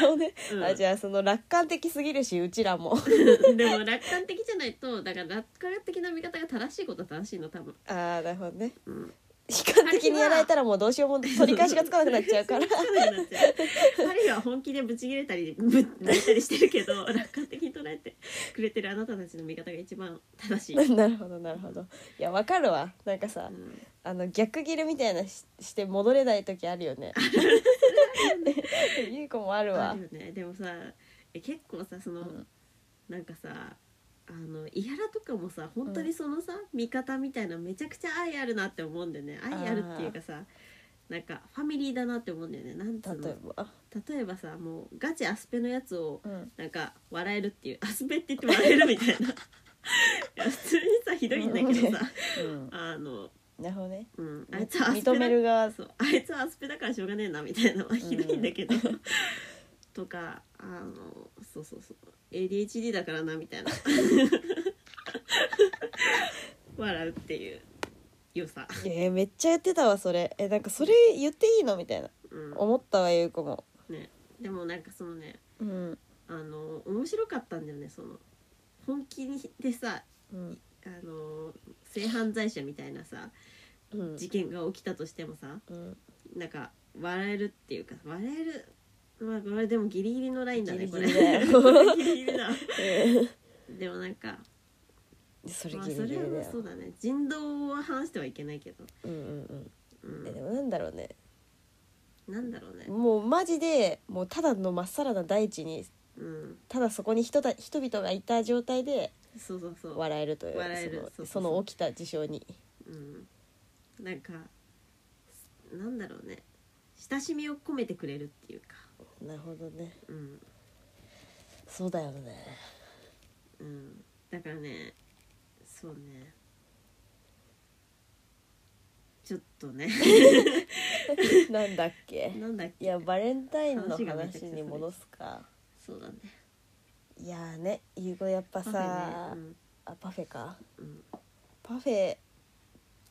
S3: ほどね
S2: うん
S3: あじゃあその楽観的すぎるしうちら も
S2: でも楽観的じゃないとだから楽観的な見方が正しいことは正しいの多分
S3: あーなるほどね
S2: うん
S3: 悲観的にやられたらもうどうしようも取り返しがつかなくなっちゃうから
S2: ハリーは本気でブチ切れたりぶ泣いたりしてるけ ど楽観的に捉えてくれてるあなたたちの見方が一番正しい、うん
S3: なるほどなるほどいやわかるわなんかさあの逆ギレみたいなしして戻れない時あるよ ねゆいこもある
S2: あ
S3: わ
S2: るよねでもさえ結構さその、
S3: うん
S2: なんかさあのイヤラとかもさ本当にそのさ、見方みたいなめちゃくちゃ愛あるなって思うんだよね愛あるっていうかさなんかファミリーだなって思うんだよねなんつ
S3: 例
S2: うの
S3: えば、
S2: 例えばさもうガチアスペのやつを
S3: うん、
S2: なんか笑えるっていう アスペって言って笑えるみたいな いや普通にさひどいんだけどさ
S3: うん、
S2: あの、
S3: なるほどね
S2: うん、あいつはアスペだ
S3: 認める側
S2: そうあいつはアスペだからしょうがねえなみたいなのはひどいんだけど、 とかあのそうそうそう ADHD だからなみたいな 笑うっていう良さ、
S3: えー、めっちゃやってたわそれえなんかそれ言っていいのみたいな
S2: うん
S3: 思ったわゆいこも
S2: ね、でもなんかそのね
S3: うん、
S2: あの面白かったんだよねその本気でさ
S3: うん
S2: あの性犯罪者みたいなさ
S3: うん
S2: 事件が起きたとしてもさ
S3: うん、
S2: なんか笑えるっていうか笑えるまあこれでもギリギリのラインだね
S3: ギ
S2: こ
S3: リ
S2: れ
S3: ギリだよ
S2: ギリギリだでもなんか
S3: それ
S2: まあ
S3: ギリ
S2: そ
S3: ギリ
S2: れ
S3: だ
S2: は
S3: よ
S2: そうだね人道は話してはいけないけど、
S3: うんうんうん
S2: う
S3: えで
S2: ん、
S3: もなんだろうね
S2: なんだろうね
S3: もうマジでもうただのまっさらな大地に
S2: うん
S3: ただそこに人た人々がいた状態で
S2: そうそうそう
S3: 笑えるという
S2: 笑えるそ
S3: そ
S2: うそう
S3: の
S2: そ
S3: そうの起きた事象に
S2: うん、なんかなんだろうね親しみを込めてくれるっていうか
S3: なるほどね
S2: うん
S3: そうだよ ね
S2: うんだからねそうねちょっとね
S3: なんだっけ
S2: なんだっ
S3: い
S2: け
S3: やバレンタインの話に戻すか
S2: そうだね
S3: いやーねゆうごやっぱさ
S2: パフェね
S3: あパフェか
S2: うん、うん、
S3: パフェ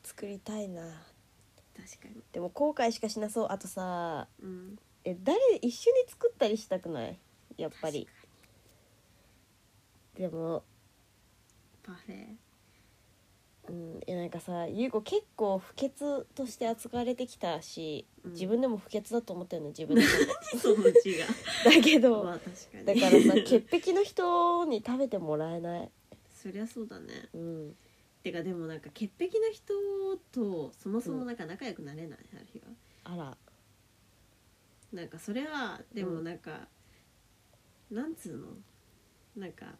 S3: 作りたいな
S2: 確かに
S3: でも後悔しかしなそうあとさ
S2: うん
S3: え誰一緒に作ったりしたくないやっぱりでも
S2: パフェ
S3: うん、えなんかさ優子結構不潔として扱われてきたし、
S2: うん
S3: 自分でも不潔だと思ったよね自 分でも
S2: そのうちが
S3: だけ
S2: ま
S3: ど
S2: あ確か
S3: だ
S2: に
S3: から さ潔癖の人に食べてもらえない、
S2: そりゃそうだね
S3: うん、
S2: てかでもなんか潔癖の人とそもそもなんか仲良くなれない、ある日は
S3: あら
S2: なんかそれはでも
S3: うん
S2: なんか、なんつうのなんか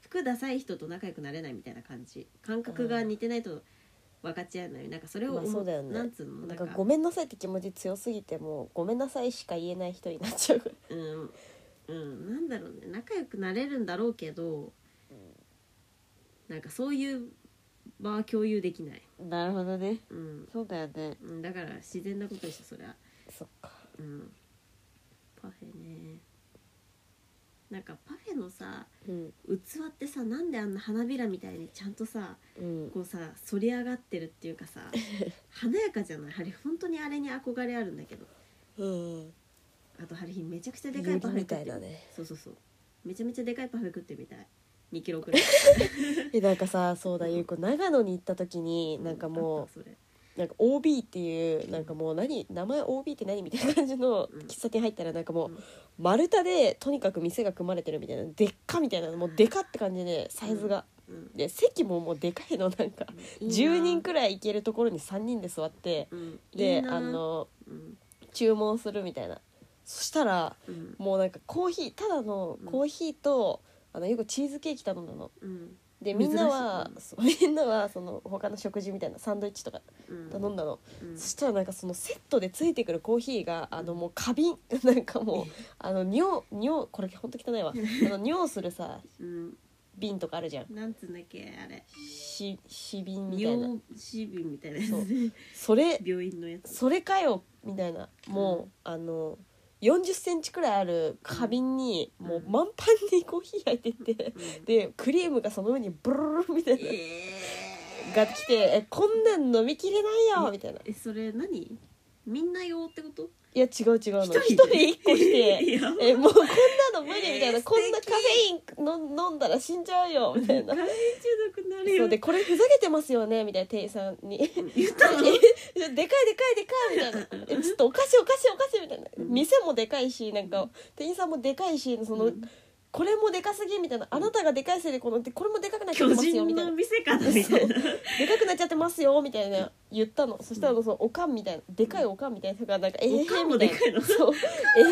S2: 服ダサい人と仲良くなれないみたいな感じ感覚が似てないと分かち合えないなんかそれを
S3: まあ
S2: 思う
S3: そうだよね
S2: なんつうの
S3: な
S2: なんんか
S3: かごめんなさいって気持ち強すぎてもうごめんなさいしか言えない人になっちゃう
S2: うん、うん、なんだろうね仲良くなれるんだろうけど、なんかそういう場は共有できない、
S3: なるほどね
S2: うん、
S3: そうだよね
S2: うんだから自然なことでしょそりゃ
S3: そっか
S2: うんパフェねなんかパフェのさ
S3: うん
S2: 器ってさなんであんな花びらみたいにちゃんとさ
S3: うん
S2: こうさ反り上がってるっていうか さ華やかじゃないハリ本当にあれに憧れあるんだけど
S3: うん
S2: あとハリヒめちゃくちゃで
S3: ビ
S2: かい
S3: ー
S2: パ
S3: ル
S2: フ
S3: み
S2: ェ食った
S3: い
S2: てる
S3: だね
S2: そうそうそうめちゃめちゃでかいパフェ食ってみたい2キロくらい
S3: えなんかさそうだ優子長野に行った時に なんかもう
S2: あったそれ
S3: なんか OB っていうなんかもう何名前 OB って何みたいな感じの
S2: うん
S3: 喫茶店入ったらなんかも
S2: うん
S3: う丸太でとにかく店が組まれてるみたいなでっかみたいなもうでかって感じでサイズが
S2: うん
S3: で席ももうでかいのなんか
S2: いいな
S3: 10人くらい行けるところに3人で座って
S2: うんいい
S3: で
S2: な
S3: あの
S2: うん
S3: 注文するみたいなそしたら
S2: うん
S3: もうなんかコーヒーただのコーヒーとあのよくチーズケーキ頼んだの
S2: うん
S3: でみんなは
S2: 珍
S3: そうみんなはその他の食事みたいなサンドイッチとか
S2: うん
S3: 頼んだの
S2: うん
S3: そしたらなんかそのセットでついてくるコーヒーがあのもう花瓶 なんかもうあの尿尿これ本当汚いわあの尿するさ
S2: うん
S3: 瓶とかあるじゃん
S2: なんつうんだっけあれ
S3: し死瓶みたいな
S2: 尿シビみたいなやつ
S3: そう
S2: ね
S3: それ
S2: 病院のやつ
S3: それかよみたいなもう、あの4 0ンチくらいある花瓶に、
S2: うん
S3: もう満パンにコーヒー焼いてて、
S2: うん
S3: でクリームがその上にブルルルみたいな、
S2: えー
S3: が来て「えこんなん飲みきれないよ」みたいな「
S2: えそれ何みんな用ってこと
S3: いや違う違うの
S2: 一
S3: 一
S2: 人
S3: 人
S2: で
S3: 一個して」
S2: い や
S3: えもうこんなの無理みたいな、
S2: えー
S3: こんな
S2: 素
S3: カフ
S2: 敵
S3: ェインの飲んだら死んじゃうよみたいな
S2: 外中毒になるよ
S3: そうでこれふざけてますよねみたいな店員さんに「
S2: うん言ったの
S3: でかいでかいでかい」みたいな「えちょっとおかしいおかしいおかしい」みたいな
S2: うん
S3: 店もでかいしなんか店員さんもでかいしその、
S2: うん
S3: これもでかすぎみたいなあなたがでかいせいでこのこれもでかくなっちゃって
S2: 巨
S3: ますよ
S2: 人
S3: みたい
S2: の
S3: な
S2: 店かなみたいな
S3: でかくなっちゃってますよみたいな言ったのそしたらそのおかんみたいなでかいおかんみたいな人がなんか「えへへ」
S2: おかんも
S3: みたい
S2: でかいの
S3: なそう「えへへ」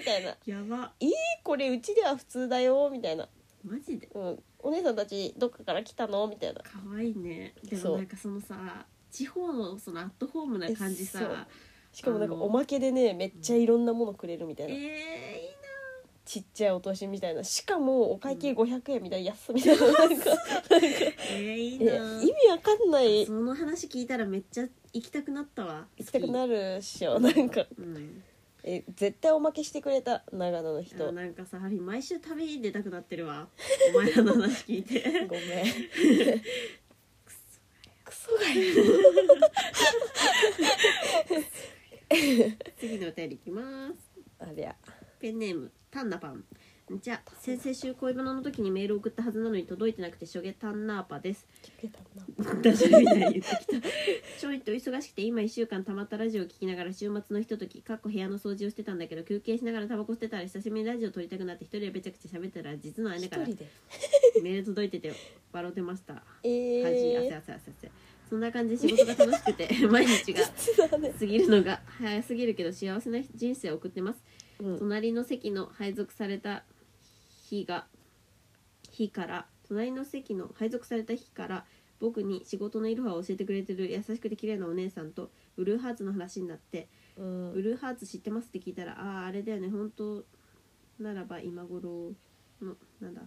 S3: みたいな
S2: やば
S3: 「これうちでは普通だよ」みたいな
S2: マジで
S3: うん、お姉さんたちどっかから来たのみたいな
S2: 可愛いねで
S3: そ
S2: も
S3: う
S2: なんかそのさ地方のそのアットホームな感じ
S3: えそう
S2: さ
S3: しかもなんか
S2: あの
S3: おまけでねめっちゃいろんなものくれるみた
S2: え
S3: い
S2: ー
S3: な、
S2: いいな
S3: ちっちゃいお通しみたいなしかもお会計500円みたいな安みたいな,、なんか
S2: えーいい
S3: え意味
S2: な
S3: わかんない
S2: その話聞いたらめっちゃ行きたくなったわ
S3: 行きたくな
S2: る
S3: るっしょなんか
S2: うん
S3: え絶対おまけしてくれた長野の人
S2: あ
S3: ご
S2: なんかさハリー毎週旅に出たくなってるわお前らの話聞い て
S3: めん クソがいい
S2: 次のお便りいきます
S3: ありゃ
S2: ペンネームタンナパンじゃあ先々週恋バナの時にメール送ったはずなのに届いてなくてしょげタンナーパです
S3: 聞けたな
S2: ダジャレみたいに言ってきたちょいと忙しくて今1週間たまったラジオを聞きながら週末のひとときかっこ部屋の掃除をしてたんだけど休憩しながらタバコ捨てたら久しぶりにラジオ撮りたくなって一人でべちゃくちゃ喋ったら実の姉
S3: 一
S2: から
S3: 人で
S2: メール届いてて笑ってました
S3: え
S2: 恥汗
S3: ー、
S2: 汗汗汗そんな感じで仕事が楽しくて毎日が
S3: 実だね、
S2: 過ぎるのが早すぎるけど幸せな人生を送ってます
S3: うん、
S2: 隣の席の配属された日が日から隣の席の配属された日から僕に仕事のイロハを教えてくれてる優しくて綺麗なお姉さんとブルーハーツの話になって
S3: う
S2: 「
S3: ん
S2: ブルーハーツ知ってます?」って聞いたら「あああれだよね本当ならば今頃のなんだ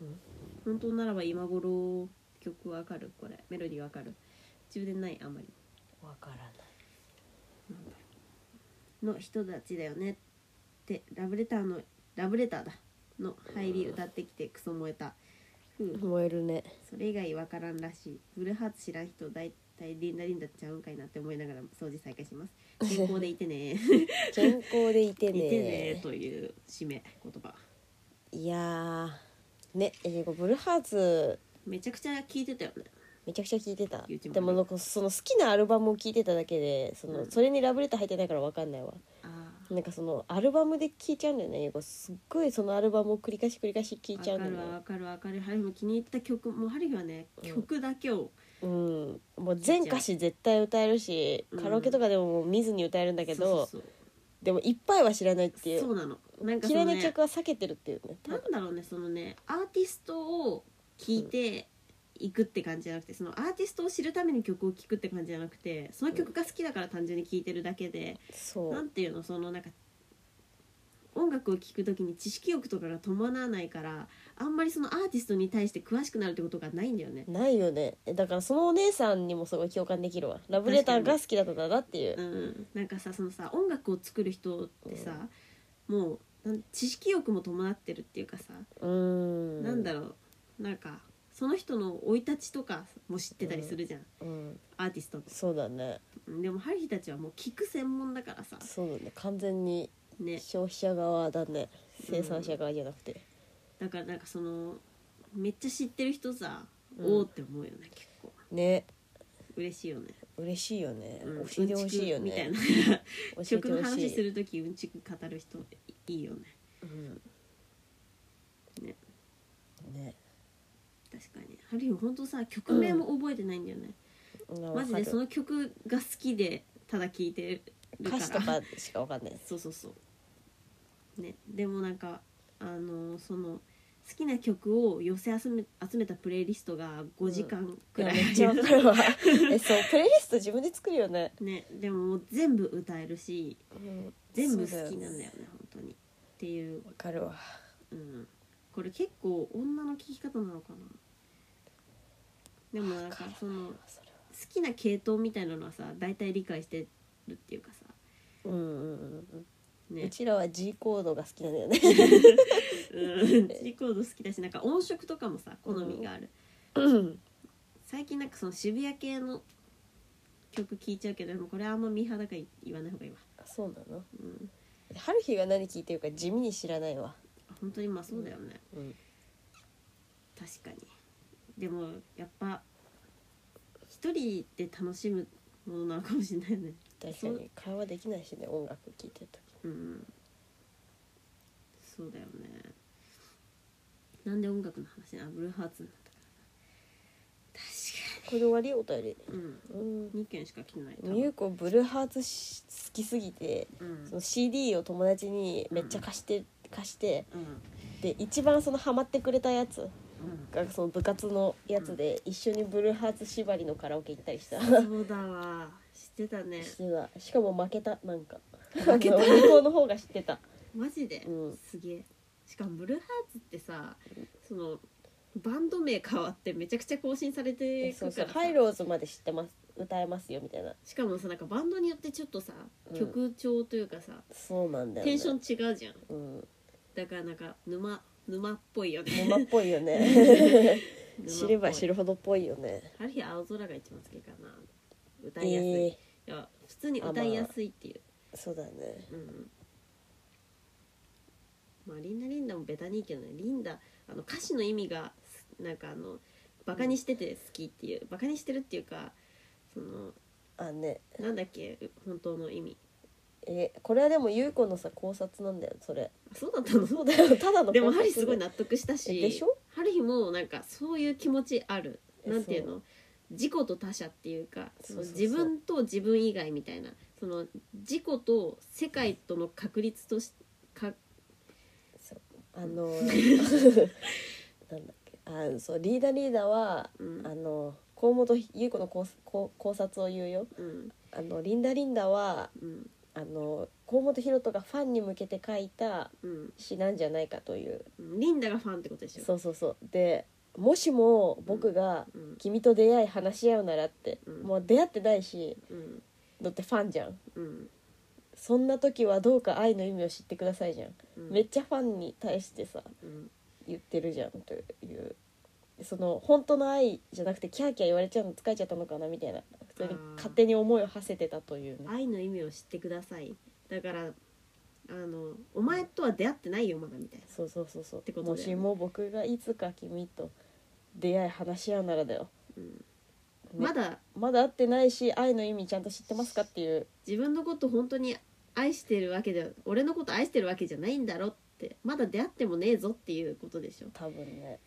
S3: うん
S2: 本当ならば今頃曲わかるこれメロディーわかる充電ないあんまり
S3: わからない
S2: の人たちだよねってラブレターのラブレターだの入り歌ってきてクソ燃えた、ふう
S3: 燃えるね
S2: それ以外わからんらしいブルーハーツ知らん人大体リンダリンダちゃうんかいなって思いながら掃除再開 します健康でいてね
S3: 健康でいて
S2: いて
S3: ね
S2: ねという締め言葉
S3: いやーね英語ブルーハーツ
S2: めちゃくちゃ聞いてたよね
S3: めちゃくちゃ聴いてた
S2: YouTube
S3: でもなんかその好きなアルバムを聴いてただけでその、
S2: うん
S3: それにラブレター入ってないから分かんないわ
S2: あ
S3: なんかそのアルバムで聴いちゃうんだよね英語すっごいそのアルバムを繰り返し繰り返し聴い
S2: わ
S3: ち
S2: か
S3: ゃうんだよ
S2: るわ
S3: ね
S2: わかるわかるハリーも気に入った曲もうハリーはね
S3: うん
S2: 曲だけを、
S3: うんもう全歌詞絶対歌えるし
S2: うん
S3: カラオケとかでももう見ずに歌えるんだけど、
S2: そうそう
S3: でもいっぱいは知らないっていう
S2: そうそうなのなんかそ
S3: 嫌
S2: の
S3: いな
S2: ね
S3: 曲は避けてるっていうね
S2: なんだろうねそのねアーティストを聴いていくって感じじゃなくてそのアーティストを知るために曲を聴くって感じじゃなくてその曲が好きだから単純に聴いてるだけで、
S3: そう
S2: なんていうのそのなんか音楽を聴く時に知識欲とかが伴わないからあんまりそのアーティストに対して詳しくなるってことがないんだよね。
S3: ないよねえだからそのお姉さんにもすごい共感できるわラブレターが好きだったんだなっていう、
S2: うん、なんかさそのさ音楽を作る人ってさ、もうなん知識欲も伴ってるっていうかさ、
S3: うーん
S2: なんだろうなんかその人の生い立ちとかも知ってたりするじゃん、
S3: うん、
S2: アーティストって
S3: そうだね
S2: うんでもハリーたちはもう聞く専門だからさ
S3: そうだね完全に
S2: ね
S3: 消費者側だね生産者側じゃなくて、
S2: だからなんかそのめっちゃ知ってる人さ、
S3: うん
S2: おおって思うよね結構
S3: ね
S2: 嬉しいよね、
S3: 嬉しいよね、
S2: うん、
S3: 教えてほしいよね
S2: うんちくみた
S3: 教
S2: いな
S3: えてほしい
S2: 曲の話する時うんちく語る人いいよね
S3: うん
S2: ね
S3: ね
S2: 確かにハリーは本当さ曲名も覚えてないんだよね、マジでそ
S3: の
S2: の曲が好きでただ聴いてるから
S3: 歌詞とかしかわかんない です
S2: そうそうそうねでもなんかあのその好きな曲を寄せ集め集めたプレイリストが5時間くらい
S3: いやめっちゃわか
S2: ある、
S3: る わえそうプレイリスト自分で作るよね、
S2: ねでももう全部歌えるし
S3: うん
S2: 全部好き
S3: そう
S2: なんだよ
S3: よ
S2: ね本当にっていう、
S3: わかるわ
S2: うん、これ結構女の聞き方なのかなでもなんかその好
S3: それは
S2: きな系統みたいなのはさ大体理解してるっていうかさ
S3: うんうんうんうんう
S2: ね
S3: ちらは G コードが好きなんだ よね
S2: うん G コード好きだしなんか音色とかもさ好みがある、
S3: うん
S2: 最近なんかその渋谷系の曲聴いちゃうけどでもこれはあんまミーハーだから言わない方がいいわ
S3: そうなの
S2: うん
S3: 春日が何聞いてるか地味に知らないわ
S2: 本当にまあそうだよね、
S3: うん
S2: 確かにでもやっぱ一人で楽しむものなのかもしれないよね
S3: 確かに会話できないしね音楽聞いてる時
S2: うんそうだよねなんで音楽の話ねあブルーハーツになったから確
S3: これで終わりお便り
S2: かにうん
S3: うん
S2: 2件しか来てない多分
S3: ゆうこブルーハーツし好きすぎて
S2: うん
S3: その CD を友達にめっちゃ貸して、貸して
S2: うん
S3: で一番そのハマってくれたやつ
S2: うん
S3: がその部活のやつで一緒にブルーハーツ縛りのカラオケ行ったりした
S2: そうだわ知ってたね
S3: してたしかも負けたなんか 負けた向こうの方が知ってた
S2: マジで、
S3: うん
S2: すげえしかもブルーハーツってさそのバンド名変わってめちゃくちゃ更新されてく
S3: そ
S2: か
S3: う
S2: ら
S3: そう
S2: さ
S3: ハイローズまで知ってます歌えますよみたいな
S2: しかもさなんかバンドによってちょっとさ
S3: うん
S2: 曲調というかさ、
S3: そうなんだよ、ね、
S2: テンション違うじゃん
S3: うん
S2: だからなんか沼沼っぽいよね
S3: 沼っぽいよ ね知れば知
S2: る
S3: るほどっぽいよね
S2: ある日青空が一番好きかな歌いやすい、い
S3: え
S2: や普通に歌いやすいっていう
S3: ー、そうだね
S2: うんまあリンダリンダもベタにいいけどねリンダあの歌詞の意味がすなんかあのバカにしてて好きっていう、バカにしてるっていうかその
S3: あね
S2: なんだっけ本当の意味
S3: えこれはでも優子のさ考察なんだよそ れ
S2: あそうだったの
S3: そうだよただの
S2: でも
S3: 考察
S2: ハリーすごい納得したし
S3: でしょ
S2: ハリーもなんかそういう気持ちある
S3: え
S2: なんていうの自己と他者っていうかそ
S3: そうそう
S2: の
S3: そう
S2: 自分と自分以外みたいなその自己と世界との確率としか
S3: あのなんだっけあそうリーダーリーダーは、
S2: うん
S3: あの河本優子の考考考察を言うよ
S2: うん
S3: あのリンダリンダは
S2: うん
S3: あの河本ロ人がファンに向けて書いた
S2: うん
S3: 詩なんじゃないかという
S2: うんリンダがファンってことでしょ
S3: そうそうそうでもしも僕が
S2: うん
S3: 君と出会い話し合うならって、
S2: うん
S3: もう出会ってないし
S2: うん
S3: だってファンじゃん
S2: うん
S3: そんな時はどうか愛の意味を知ってくださいじゃん、
S2: うん
S3: めっちゃファンに対してさ
S2: うん
S3: 言ってるじゃんというその本当の愛じゃなくてキャーキャー言われちゃうの疲れちゃったのかなみたいな普通に勝手に思いを馳せてたというね
S2: 愛の意味を知ってくださいだからあのお前とは出会ってないよまだみたいな
S3: そうそうそうそう
S2: てこと
S3: も
S2: だよね
S3: しも僕がいつか君と出会い話し合うならだよ、
S2: うん
S3: ね
S2: まだ
S3: まだ会ってないし愛の意味ちゃんと知ってますかっていう
S2: 自分のこと本当に愛してるわけで俺のこと愛してるわけじゃないんだろってまだ出会ってもねえぞっていうことでしょ
S3: 多分ね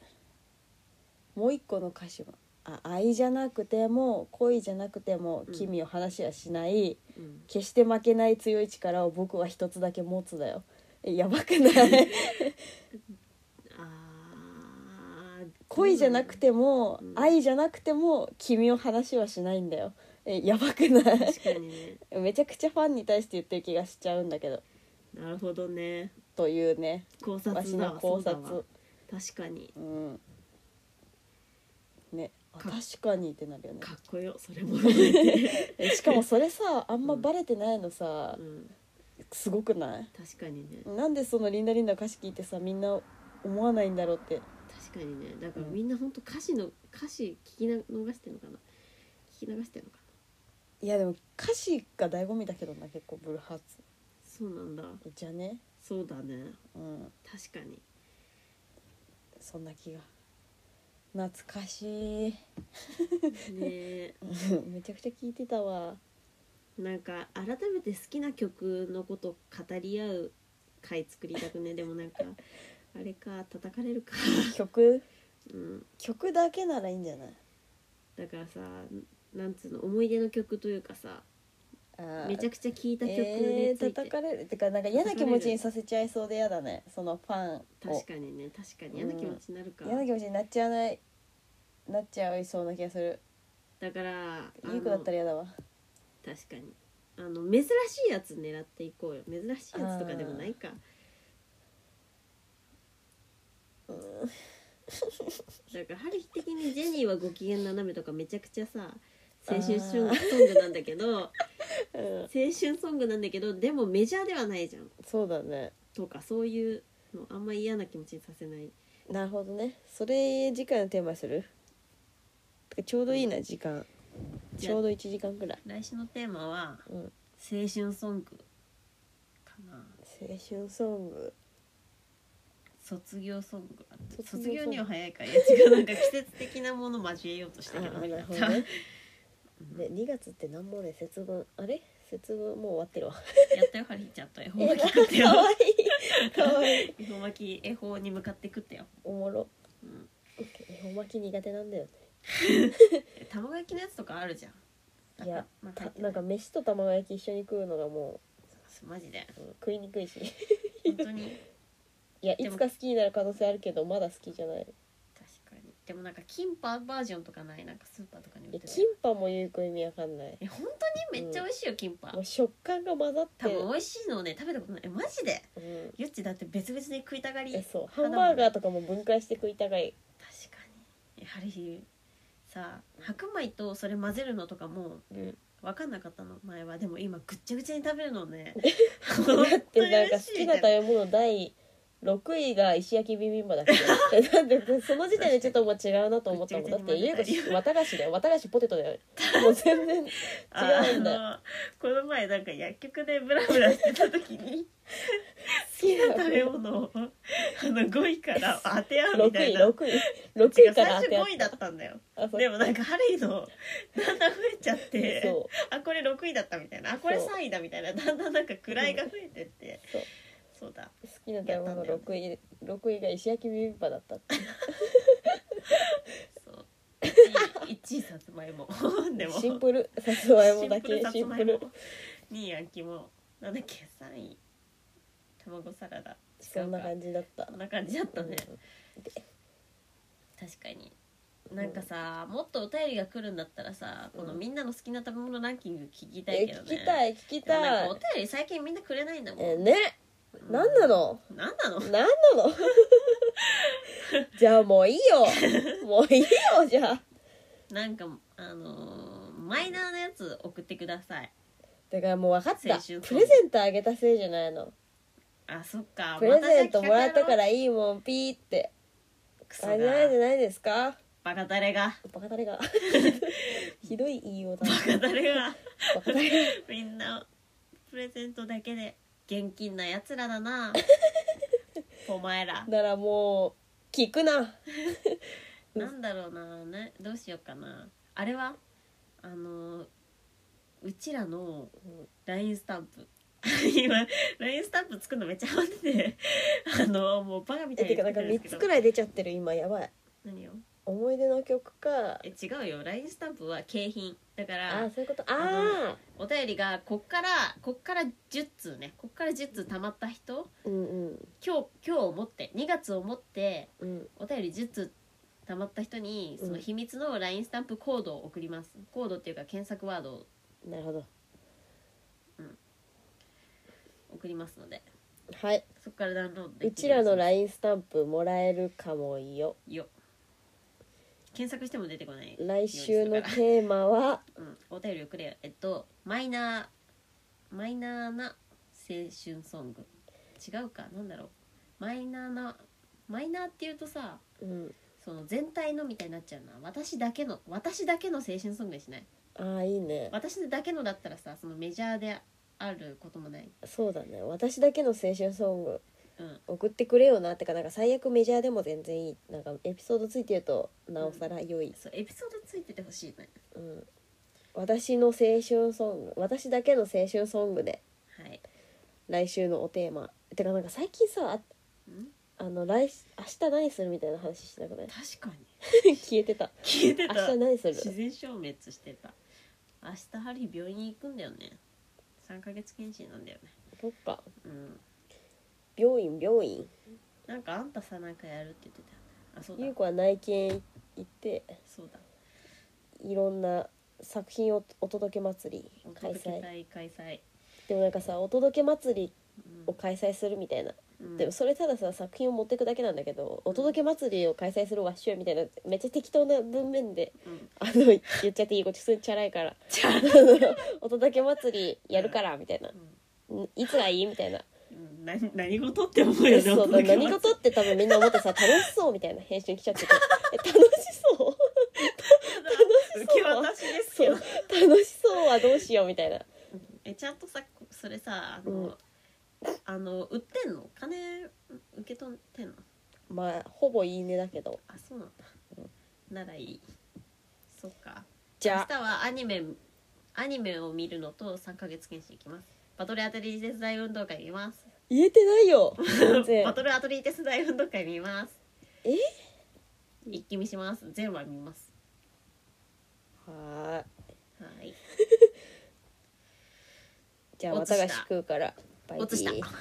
S3: もう一個の歌詞は「あ愛じゃなくても恋じゃなくても
S2: うん
S3: 君を話はしない、
S2: うん
S3: 決して負けない強い力を僕は一つだけ持つ」だよ。えやばくない
S2: あー
S3: 恋じゃなくても、
S2: うん
S3: 愛じゃなくても君を話はしないんだよ。えやばくない
S2: 確かにね
S3: めちゃくちゃファンに対して言ってる気がしちゃうんだけど
S2: なるほどね
S3: というね
S2: 考察
S3: 私
S2: だ
S3: の
S2: わ
S3: 考
S2: そうだわ
S3: 察
S2: 確かに
S3: うんねあ
S2: か
S3: 確かにってなるよね
S2: かっこよ それも含めて、
S3: えしかもそれさあんまバレてないのさ、
S2: うん、
S3: すごくない
S2: 確かにね
S3: なんでそのリンダリンダの歌詞聞いてさみんな思わないんだろうって
S2: 確かにねだからみんな本当歌詞の歌詞聞きな逃してるのかな聞き流してるのかない
S3: やでも歌詞が醍醐味だけどな結構ブルーハーツ
S2: そうなんだ
S3: じゃね
S2: そうだね
S3: うん
S2: 確かに
S3: そんな気が懐かしい
S2: ねえ
S3: めちゃくちゃ聞いてたわ
S2: なんか改めて好きな曲のこと語り合う回作りたくねでもなんかあれか叩か れるか、
S3: 曲
S2: うん、
S3: 曲だけならいいんじゃない
S2: だからさなんつうの思い出の曲というかさ
S3: あー
S2: めちゃくちゃ聴いた曲に
S3: えー、
S2: ついて、
S3: 叩かれるってかなんか嫌な気持ちにさせちゃいそうで嫌だねそのファンを
S2: 確かにね確かに嫌な気持ちになるか、
S3: 嫌な気持ちになっちゃわないなっちゃいそうな気がする
S2: だからあ
S3: いい子だったら嫌だわ
S2: の確かにあの珍しいやつ狙っていこうよ珍しいやつとかでもないか だから春日的にジェニーはご機嫌斜めとかめちゃくちゃさ青春ソングなんだけど青
S3: うん、
S2: 春ソングなんだけどでもメジャーではないじゃん
S3: そうだね
S2: とかそういうのあんま嫌な気持ちにさせない
S3: なるほどねそれ次回のテーマにするてかちょうどいいな時間
S2: じ
S3: ち
S2: ゃあ
S3: ょうど1時間くらい、
S2: 来週のテーマは
S3: うん、
S2: 青春ソングかな
S3: 青春ソング
S2: 卒業ソングかな
S3: 卒業ソング
S2: 卒業には早いからいや違うなんか季節的なもの交えようとし
S3: あ
S2: たけど
S3: ーなるほど
S2: い
S3: ねで2月って何もね節分あれ節分もう終わってるわ
S2: やったよハリーちゃんと恵方巻き食 ってよ
S3: かわいいかわいい
S2: 恵方巻き恵方に向かって食ったよ
S3: おもろ
S2: うん
S3: 恵方巻き苦手なんだよね
S2: え卵焼きのやつとかあるじゃん
S3: いや
S2: まあ
S3: たなんか飯と卵焼き一緒に食うのがも
S2: マジで
S3: う、うん食いにくいし
S2: 本当 に
S3: いや
S2: で
S3: い
S2: も
S3: つか好きになる可能性あるけどまだ好きじゃない
S2: 確かにでもなんかキンパバージョンとかないなんかスーパーとかに売っ
S3: いや
S2: てた
S3: キンパも言う子意味わかんない
S2: え本当にめっちゃ美味しいよキンパ
S3: もう食感が混ざって
S2: 多
S3: る
S2: 分美味しいのをね食べたことないえマジで
S3: うん、
S2: ゆっちだって別々に食いたがり
S3: え
S2: 確か
S3: そうハンバーガーとかも分解して食いたがい
S2: にやはりさ白米とそれ混ぜるのとかも
S3: うん
S2: 分かんなかったの前はでも今ぐっちゃぐちゃに食べるのね
S3: だってなんか好きな食
S2: イ
S3: べ物第6位が石焼きビビンバだっけ えなんでその時点でちょっともう違うなと思ったもんだって家が綿菓子だよ綿菓子ポテト だよもう全然違うんだよ
S2: あのこの前なんか薬局でブラブラしてた時 に
S3: 好き
S2: 食べ物をあの5位から当て合うみた
S3: 6
S2: い
S3: 位
S2: な
S3: 6位6位
S2: 最
S3: から
S2: 初
S3: 当てあ
S2: 5
S3: っ
S2: 位だ
S3: た
S2: ったんだよ
S3: あそう
S2: でもなんかハリーのだんだん増えちゃって
S3: そう
S2: あこれ6位だったみたいなあこれ
S3: そう
S2: 3位だみたいなだんだんなんか位が増えてって
S3: そう
S2: そうだ
S3: 好きな食べ物6位六位が石焼きビビンバだったって
S2: そう1位さつまい もでも
S3: シンプルさつまいもだけ
S2: シ
S3: シ
S2: ン
S3: ン
S2: プ
S3: プ
S2: ル
S3: ル
S2: 2位焼きもなんだっけ3位卵サラダ
S3: そんな
S2: 違うか
S3: 感じだった
S2: そんな感じだったね
S3: うん
S2: 確かになんかさもっとお便りが来るんだったらさこの
S3: うん
S2: みんなの好きな食べ物ランキング聞きた
S3: え
S2: いけど
S3: 聞
S2: ね
S3: きたい聞き
S2: でもな
S3: た
S2: ん
S3: い
S2: かお便り最近みんなくれないんだもん、
S3: えね
S2: うん
S3: 何なの
S2: なんなの
S3: 何 なのじゃあもういいよもういいよじゃあ
S2: なんかあのーマイナーなやつ送ってください
S3: だからもう分かっ
S2: 青
S3: た
S2: 春
S3: プレゼントあげたせいじゃないの
S2: あそっか
S3: プレゼント
S2: ま
S3: もらったか
S2: じゃあ
S3: らいいもんピーって
S2: 企
S3: あ
S2: 画
S3: れじゃな
S2: や
S3: いじ
S2: ろう
S3: ゃないですか
S2: バカタレが
S3: バカタレが ひどい言いようだ
S2: バ
S3: な
S2: カタレが
S3: バカタレが
S2: みんなプレゼントだけで現金なやつらだなお前ら
S3: ならもう聞くな
S2: なんだろうなねどうしようかなあれはあのーうちらの
S3: うん
S2: LINE スタンプ今 LINE スタンプ作るのめっちゃハマっててあのーもうバカみた
S3: え
S2: いに
S3: てか
S2: 作
S3: なん
S2: っ
S3: か
S2: てるん
S3: 3
S2: です
S3: つ
S2: け
S3: く
S2: ど
S3: らい出ちゃってる今やばい
S2: 何よ
S3: 思い出の曲か
S2: え違うよ LINE スタンプは景品だか
S3: あ
S2: ら
S3: あそういうこと
S2: あ
S3: ああ
S2: お便りがこっからこっから10通ねこっから10通たまった人
S3: うんうん
S2: 今日今日をもって2月をもって
S3: うん
S2: お便り10通たまった人にその秘密の LINE スタンプコードを送りますコードっていうか検索ワードを
S3: なるほど
S2: 送りますので
S3: はい
S2: そこからダウンロードできる
S3: うちらの LINE スタンプもらえるかもよ
S2: よ検索しても出てこない
S3: 来週の
S2: ようにする
S3: テーマは
S2: から、うん、お便りをくれよえっとマイナーマイナーな青春ソング違うかなんだろうマイナーなマイナーっていうとさ
S3: うん
S2: その全体のみたいになっちゃうな私だけの私だけの青春ソングにしない
S3: ああいいね
S2: 私だけのだったらさそのメジャーであることもない
S3: そうだね私だけの青春ソング
S2: うん
S3: 送ってくれよなってかなんか最悪メジャーでも全然いいなんかエピソードついてるとなおさら良い、
S2: そうエピソードついててほしいね
S3: うん、私の青春ソング私だけの青春ソングで
S2: はい
S3: 来週のおテーマてかなんか最近さあ
S2: うん
S3: あの来明日何するみたいな話してなくない
S2: 確かに
S3: 消えてた
S2: 消えて
S3: 明
S2: た
S3: 日何す
S2: 自
S3: る
S2: 然消滅してた明日ハリー病院に行くんだよね3ヶ月検診なんだよね
S3: そっか
S2: うん
S3: 病院病院
S2: なんかあんたさなんかやるって言ってたよねあそうだ
S3: ゆう子は内見行って
S2: そうだ
S3: いろんな作品をお届け祭り
S2: お
S3: 開
S2: 届け
S3: 催
S2: 会開催
S3: でもなんかさお届け祭り
S2: うん
S3: を開催するみたいな
S2: うん
S3: でもそれたださ作品を持ってくだけなんだけど「お届け祭りを開催するわっしょい」みたいなめっちゃ適当な文面で
S2: うん
S3: あの言っちゃっていいこっち普通にチャラい から
S2: チャラ
S3: 「お届け祭りやるから」みたいな「いつがいい?」みたいな
S2: うんな何事って思うよね
S3: そう
S2: 男の気持ち
S3: 何事って多分みんな思ってさ楽しそうみたいな編集来ちゃっててえ楽しそう
S2: 受け渡しです
S3: そう
S2: けど
S3: 楽しそうはどうしようみたいな
S2: えちゃんとさそれさあの、
S3: うん
S2: あの売ってんの金受け取ってんの
S3: まあほぼいいねだけど
S2: あそうなんだ、ならいいそっか
S3: じゃあ
S2: 明日はアニメアニメを見るのと3ヶ月検診行きますバトルアトリーテス大運動会見ます
S3: 言えてないよ全
S2: バ
S3: 然
S2: トルアトリーテス大運動会見ます
S3: え
S2: 一気見します全話見ます
S3: はーい
S2: はい
S3: じゃあ
S2: 落ちた
S3: 綿菓子食うからバイビ
S2: 落とした
S3: ー